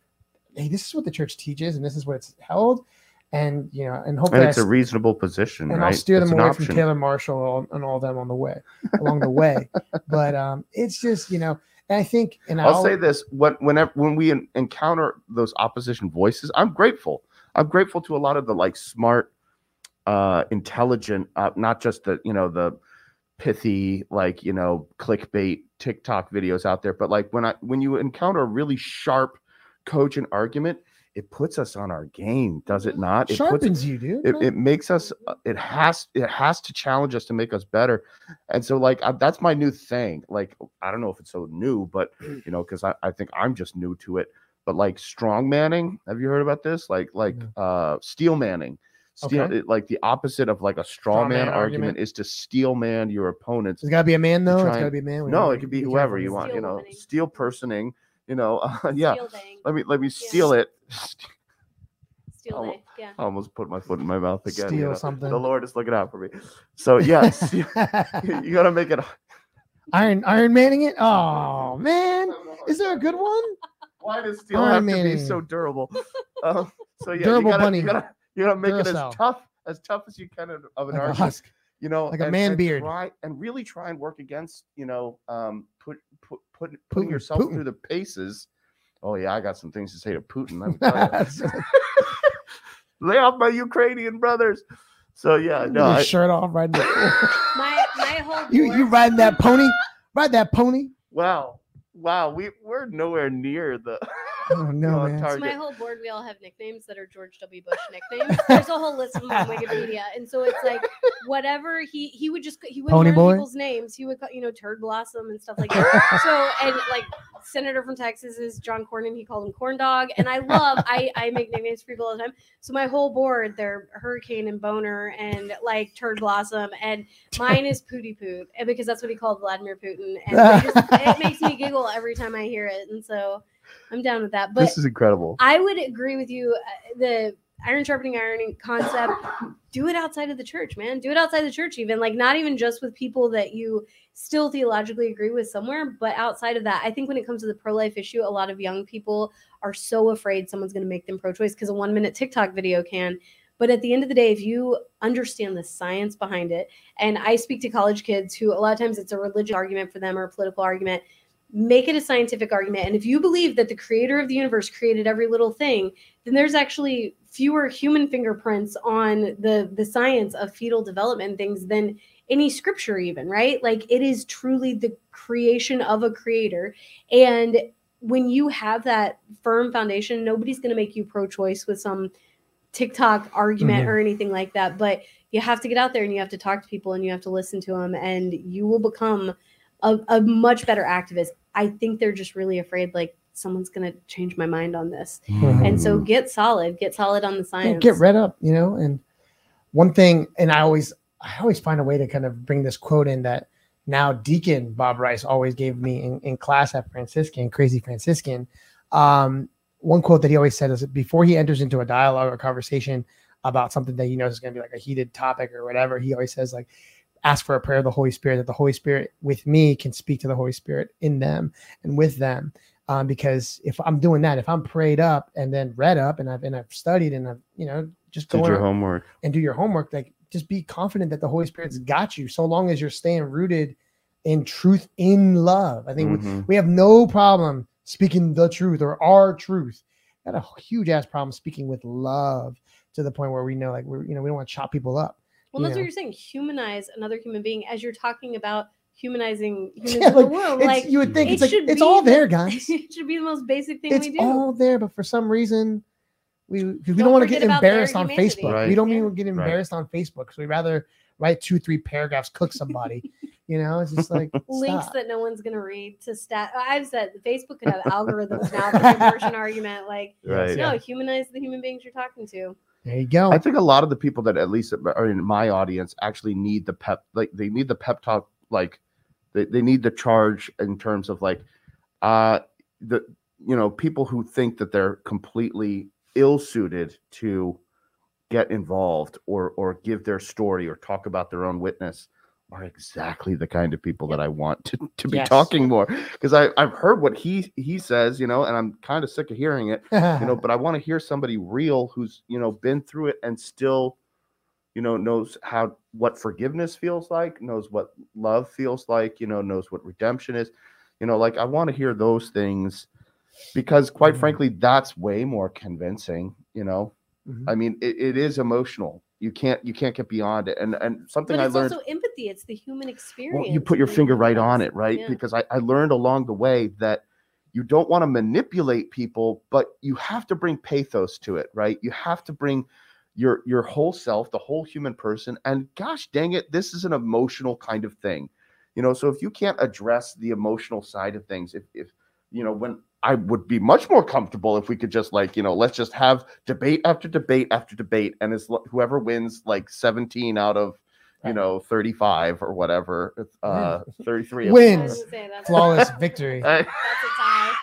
hey, this is what the church teaches, and this is what it's held, and you know, and hopefully And I it's a reasonable position, and right? I'll steer It's them an away from option. Taylor Marshall and all them on the way along the *laughs* way. But um, it's just you know, and I think, and I'll say this: when whenever when we en- encounter those opposition voices, I'm grateful. I'm grateful to a lot of the like smart, uh, intelligent, uh, not just the you know the pithy like you know clickbait TikTok videos out there, but like when I when you encounter a really sharp, cogent argument, it puts us on our game, does it not? It puts sharpens you, dude. it, it makes us uh, it has it has to challenge us to make us better and so like I, that's my new thing like i don't know if it's so new but you know because I, I think i'm just new to it but like strong manning have you heard about this like like uh steel manning steel Okay. it- like the opposite of like a straw, Straw man, man argument argument. is to steel man your opponents has got to be a man though. It's trying- got to be a man. We no gotta it could be careful whoever with you this. want you Steel know manning. steel personing you know *laughs* yeah Steel bang, let me let me steal it *laughs* steel Oh. day, yeah. I almost put my foot in my mouth again. you Steal know. something. The Lord is looking out for me. So yeah, see- *laughs* you gotta make it. *laughs* Iron Iron Manning it. Oh man, is there a good one? Why does steel Iron have to be Man. so durable? Um, so yeah, Durable you gotta, bunny. You gotta, you gotta make it Duracell. as tough as tough as you can of of an Like a argument. husk. you know, Like a and- man and beard. try- and really try and work against, you know, um, put put, put putting Putin, yourself Putin. through the paces. Oh yeah, I got some things to say to Putin. let me *laughs* tell With you. Lay off my Ukrainian brothers. So yeah, no, your I, shirt off, riding. *laughs* The, *laughs* My my whole you you board- riding that pony? Ride that pony? wow, wow, we we're nowhere near the. Oh no, on man. target. So my whole board, we all have nicknames that are George W. Bush nicknames. There's a whole list of them on Wikipedia, and so it's like whatever he he would just he would Pony learn boy? people's names. He would call, you know Turd Blossom and stuff like that. so and like Senator from Texas is John Cornyn. He called him Corn Dog, and I love I I make nicknames for people all the time. So my whole board, they're Hurricane and Boner and like Turd Blossom, and mine is Pooty Poot, and because that's what he called Vladimir Putin, and they just, it *laughs* makes me giggle every time I hear it, and so. I'm down with that. *laughs* But this is incredible. I would agree with you. uh, The iron sharpening iron concept. Do it outside of the church, man. Do it outside the church, even like not even just with people that you still theologically agree with somewhere, but outside of that. I think when it comes to the pro life issue, a lot of young people are so afraid someone's going to make them pro choice because a one minute TikTok video can. But at the end of the day, if you understand the science behind it, and I speak to college kids who a lot of times it's a religious argument for them or a political argument, make it a scientific argument. And if you believe that the creator of the universe created every little thing, then there's actually fewer human fingerprints on the the science of fetal development and things than any scripture even, right? Like it is truly the creation of a creator. And when you have that firm foundation, nobody's going to make you pro-choice with some TikTok argument Mhm. or anything like that, but you have to get out there and you have to talk to people and you have to listen to them and you will become a, a much better activist. I think they're just really afraid like someone's gonna change my mind on this. *laughs* And so get solid, get solid on the Mm. Yeah, science. get read up, you know. And one thing, and I always, I always find a way to kind of bring this quote in that now Deacon Bob Rice always gave me in, in class at Franciscan, Crazy Franciscan. Um, one quote that he always said is before he enters into a dialogue or conversation about something that he knows is going to be like a heated topic or whatever, he always says like, ask for a prayer of the Holy Spirit that the Holy Spirit with me can speak to the Holy Spirit in them and with them um, because if I'm doing that, if I'm prayed up and then read up and I've and I've studied and I've you know just Did going your out homework. and do your homework, like just be confident that the Holy Spirit's got you. So long as you're staying rooted in truth, in love, I think we, *laughs* Mhm. we have no problem speaking the truth or our truth. Got a huge ass problem speaking with love to the point where we know like we're you know we don't want to chop people up. well, that's yeah. what you're saying. Humanize another human being as you're talking about humanizing humans *laughs* Yeah, in the like, womb. it's- Like you would think it it's like should it's be all *laughs* the- there, guys. *laughs* it should be the most basic thing it's we do. all there, but for some reason, we 'cause we don't, Don't want to forget get about embarrassed their on humanity. Facebook. Right. We don't Yeah. even get embarrassed on Facebook, so we rather write two, three paragraphs, cook *laughs* somebody. you know, it's just like links stop. that no one's going to read to stat. I've said *laughs* Facebook could have algorithms now for conversion argument. *laughs* Like, Right. no, humanize the human beings you're talking to. There you *laughs* go. I think a lot of the people that at least are in my audience actually need the pep, like they need the pep talk, like they, they need the charge in terms of like, uh, the you know people who think that they're completely ill suited to get involved or or give their story or talk about their own witness are exactly the kind of people that I want to, to be Yes. talking more because I I've heard what he he says you know and I'm kind of sick of hearing it you Uh-huh. know but i want to hear somebody real who's you know been through it and still you know knows how what forgiveness feels like knows what love feels like you know knows what redemption is you know like i want to hear those things because quite Mm-hmm. Mhm. frankly that's way more convincing you know Mhm. Mm-hmm. i mean it, it is emotional you can't you can't get beyond it and and something But i it's learned also empathy. It's the human experience. well, you put your Like, finger right on yes. it, right? Yeah. Because I, I learned along the way that you don't want to manipulate people, but you have to bring pathos to it, right? You have to bring your your whole self, the whole human person. And gosh dang it, this is an emotional kind of thing. You know, so if you can't address the emotional side of things, if if you know, when I would be much more comfortable if we could just like, you know, let's just have debate after debate after debate. And it's l- whoever wins like 17 out of, you Right. know, 35 or whatever, it's, uh, 33. Win. I was Wins. gonna say, that's- *laughs* Flawless victory. I- That's a tie.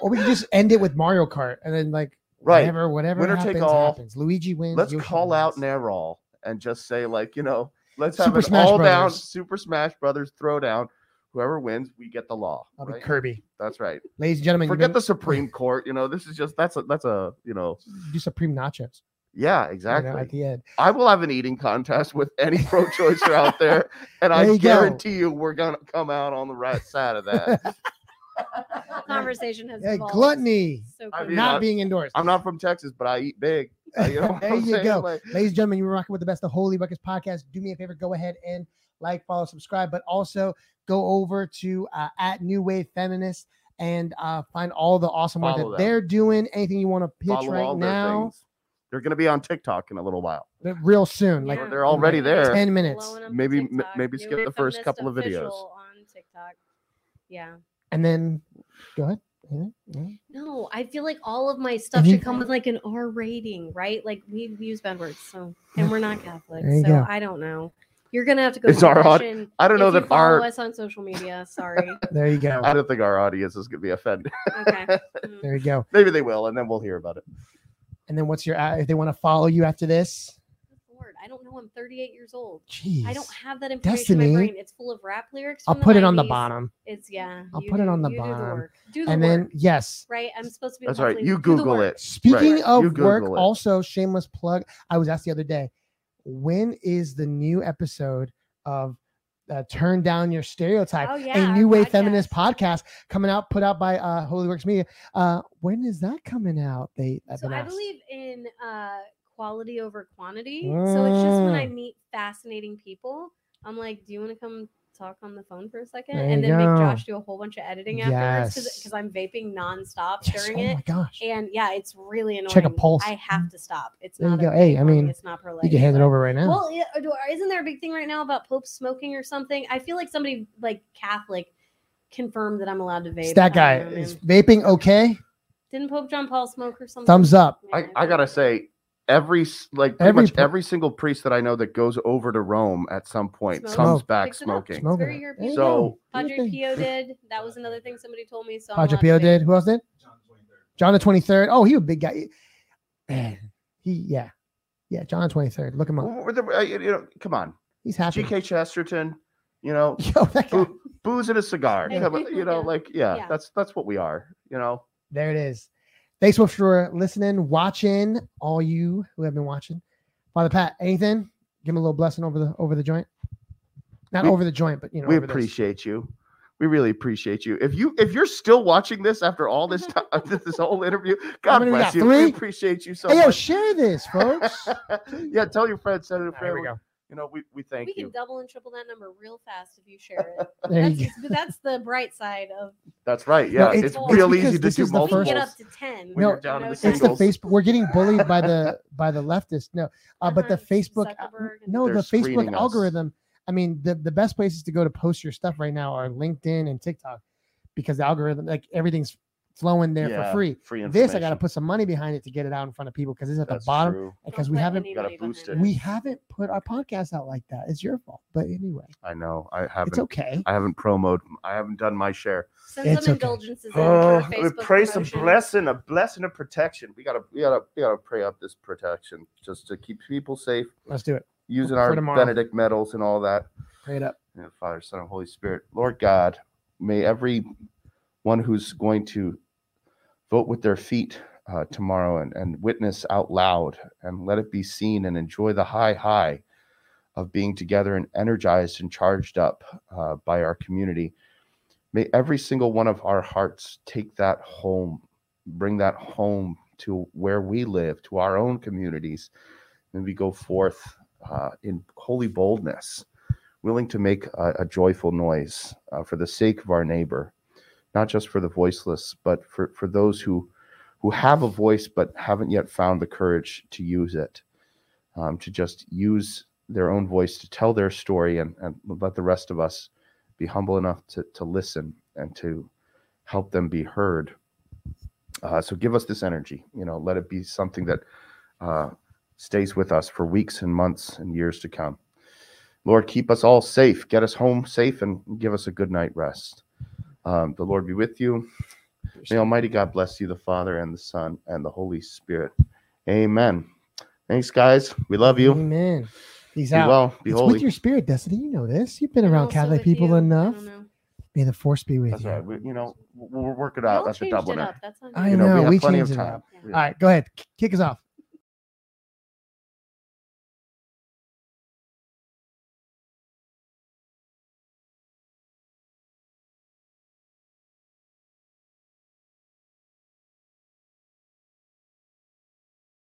Or we can just end it with Mario Kart and then like Right. whatever, whatever Winner take happens, all. happens. Luigi wins. let's Yoshi call out wins. Nerol and just say like, you know, let's Super have an Smash all down Brothers. Super Smash Brothers throwdown. Whoever wins, we get the law. I'll be right? Kirby. That's right. Ladies and gentlemen, Forget Forget the Supreme Court. You know, this is just that's a that's a you know do Supreme Nachos yeah you know, exactly. at the end. I will have an eating contest with *laughs* any pro-choicer out there, and There I you go. guarantee you we're gonna come out on the right side *laughs* of that. The conversation has Hey, evolved gluttony. So I quickly. mean, not I- being indoors. I'm not from Texas, but I eat big. *laughs* Uh, you know what There I'm you saying? go. Like, Ladies and gentlemen, you're rocking with the best of Holy Buckets podcast. Do me a favor, go ahead and like, follow, subscribe, but also go over to uh, at New Wave Feminist and uh, find all the awesome work that Follow them. they're doing. Anything you want to pitch follow all right their now, things. They're gonna be on TikTok in a little while. they're real soon, like They're- Yeah. They're already there. ten minutes, Blowing up Maybe- m- TikTok, maybe New skip the first Feminist couple of videos. Official On TikTok. Yeah. and then go ahead. Mhm, mhm. No, I feel like all of my stuff you- should come with like an R rating, right? Like we use bad words, so and we're not Catholic, There you so go. I don't know. You're gonna have to go. Is to our aud- confession I don't know if you that our follow us on social media. Sorry. There you go. I don't think our audience is going to be offended. *laughs* Okay. Mm, There you go. Maybe they will, and then we'll hear about it. And then what's your uh, if they want to follow you after this? Lord, I don't know. I'm 38 years old. Jeez, I don't have that information in my Destiny. brain. It's full of rap lyrics. I'll from put it on the 90s. bottom, It's yeah. I'll you put it do- on the you do bottom. work. Do the and then work, yes, right. I'm supposed to be. That's right. hopefully- You do the Google work. it. Speaking Right. You of Google work, it. also shameless plug. I was asked the other day, when is the new episode of uh, "Turn Down Your Stereotype," Oh, a yeah, new our way podcast. feminist podcast coming out, put out by uh, Holy Works Media? Uh, when is that coming out? They I've so been I asked. believe in uh, quality over quantity. So it's just when I Mm. meet fascinating people, I'm like, do you want to come talk on the phone for a second? There and you then make go. Josh do a whole bunch of editing afterwards Yes. because I'm vaping nonstop Yes, during oh it. my gosh! And yeah, it's really annoying. Check a pulse. I have to stop. It's There you not. go. a- Hey, I mean, it's not pro you can hand *laughs* it over right now. Well, yeah, or do- or isn't there a big thing right now about popes smoking or something? I feel like somebody like Catholic confirmed that I'm allowed to vape. It's that I guy don't know, is man. vaping okay? Didn't Pope John Paul smoke or something? Thumbs up. I, Yeah, I gotta say, every s- like pretty Every much pr- every single priest that I know that goes over to Rome at some point Smokes. comes Smoke. back Picks it up. smoking. Smoking very it. European. There you So- go. Do your Padre thing. Pio did. That was another thing somebody told me. So I'm Padre allowed to Pio vape. did. Who else did? John the Twenty Third. Oh, he was a big guy. Man, he yeah, yeah. John the Twenty Third. Look him up. Well, we're the- I- You know, come on, He's happy. *laughs* G.K. Chesterton. You know, Yo, that guy. boo- booze and a cigar. Yeah. Come on, you know, Yeah. like yeah, Yeah. that's that's what we are. You know, There it is. Thanks so much for listening, watching. All you who have been watching, Father Pat, anything? Give him a little blessing over the over the joint. Not We- over the joint, but you know. we over this. appreciate you. We really appreciate you. If you if you're still watching this after all *laughs* this time, *laughs* this whole interview, God many we bless got? you. Three? We appreciate you so Hey, yo, much. *laughs* share this, folks. yeah, tell your friends, send it a There we friend. go. you know, we, we thank we you. can double and triple that number real fast if you share it. *laughs* There That's, you go. but that's the bright side *laughs* of That's right. No, Yeah, it's- it's, it's real because easy to this do is the we can multiples. get up to ten. when No, you're down to no, the it's it's singles. the Facebook. We're getting bullied by the by the leftists. No, uh, but the Uh-huh. Facebook. Zuckerberg and- No, They're the Facebook screening us. algorithm. I mean, the the best places to go to post your stuff right now are LinkedIn and TikTok, because the algorithm, like everything's flowing there Yeah, for free. Free This I got to information. put some money behind it to get it out in front of people because it's at That's the bottom. true. Don't Because we let haven't Gotta anybody boost behind it. we us. haven't put our podcast out like that. It's your fault. But anyway, I know. I haven't. it's okay. I haven't promoed. I haven't done my share. Send It's some okay. indulgences. Oh, in for we Facebook pray some promotion. blessing, a blessing of protection. We gotta, we gotta, we gotta pray up this protection just to keep people safe, Let's do it. using For our tomorrow. Benedict medals and all that. Pray it up. In the name of the Father, Son, and Holy Spirit. Lord God, may every one who's going to vote with their feet uh, tomorrow and, and witness out loud and let it be seen and enjoy the high high of being together and energized and charged up uh, by our community. May every single one of our hearts take that home, bring that home to where we live, to our own communities, and we go forth uh, in holy boldness willing to make a, a joyful noise uh, for the sake of our neighbor, not just for the voiceless, but for, for those who, who have a voice but haven't yet found the courage to use it, um, to just use their own voice to tell their story and, and let the rest of us be humble enough to, to listen and to help them be heard. Uh, so give us this energy, you know, let it be something that uh, stays with us for weeks and months and years to come. Lord, keep us all safe. Get us home safe and give us a good night rest. Um, the Lord be with you. May Almighty God bless you, the Father and the Son and the Holy Spirit. Amen. Thanks, guys. We love you. Be Amen. Peace out. well. Be it's holy. with your spirit, Destiny. You know this. You've been And around also Catholic with people you, I don't enough. know. May the force be with That's you. right. We, you know, we'll we'll work it Y'all out at the changed it Dubliner. up. That's on I you. You know, know, we have we plenty of changed it time. All right, go ahead. K- Kick us off.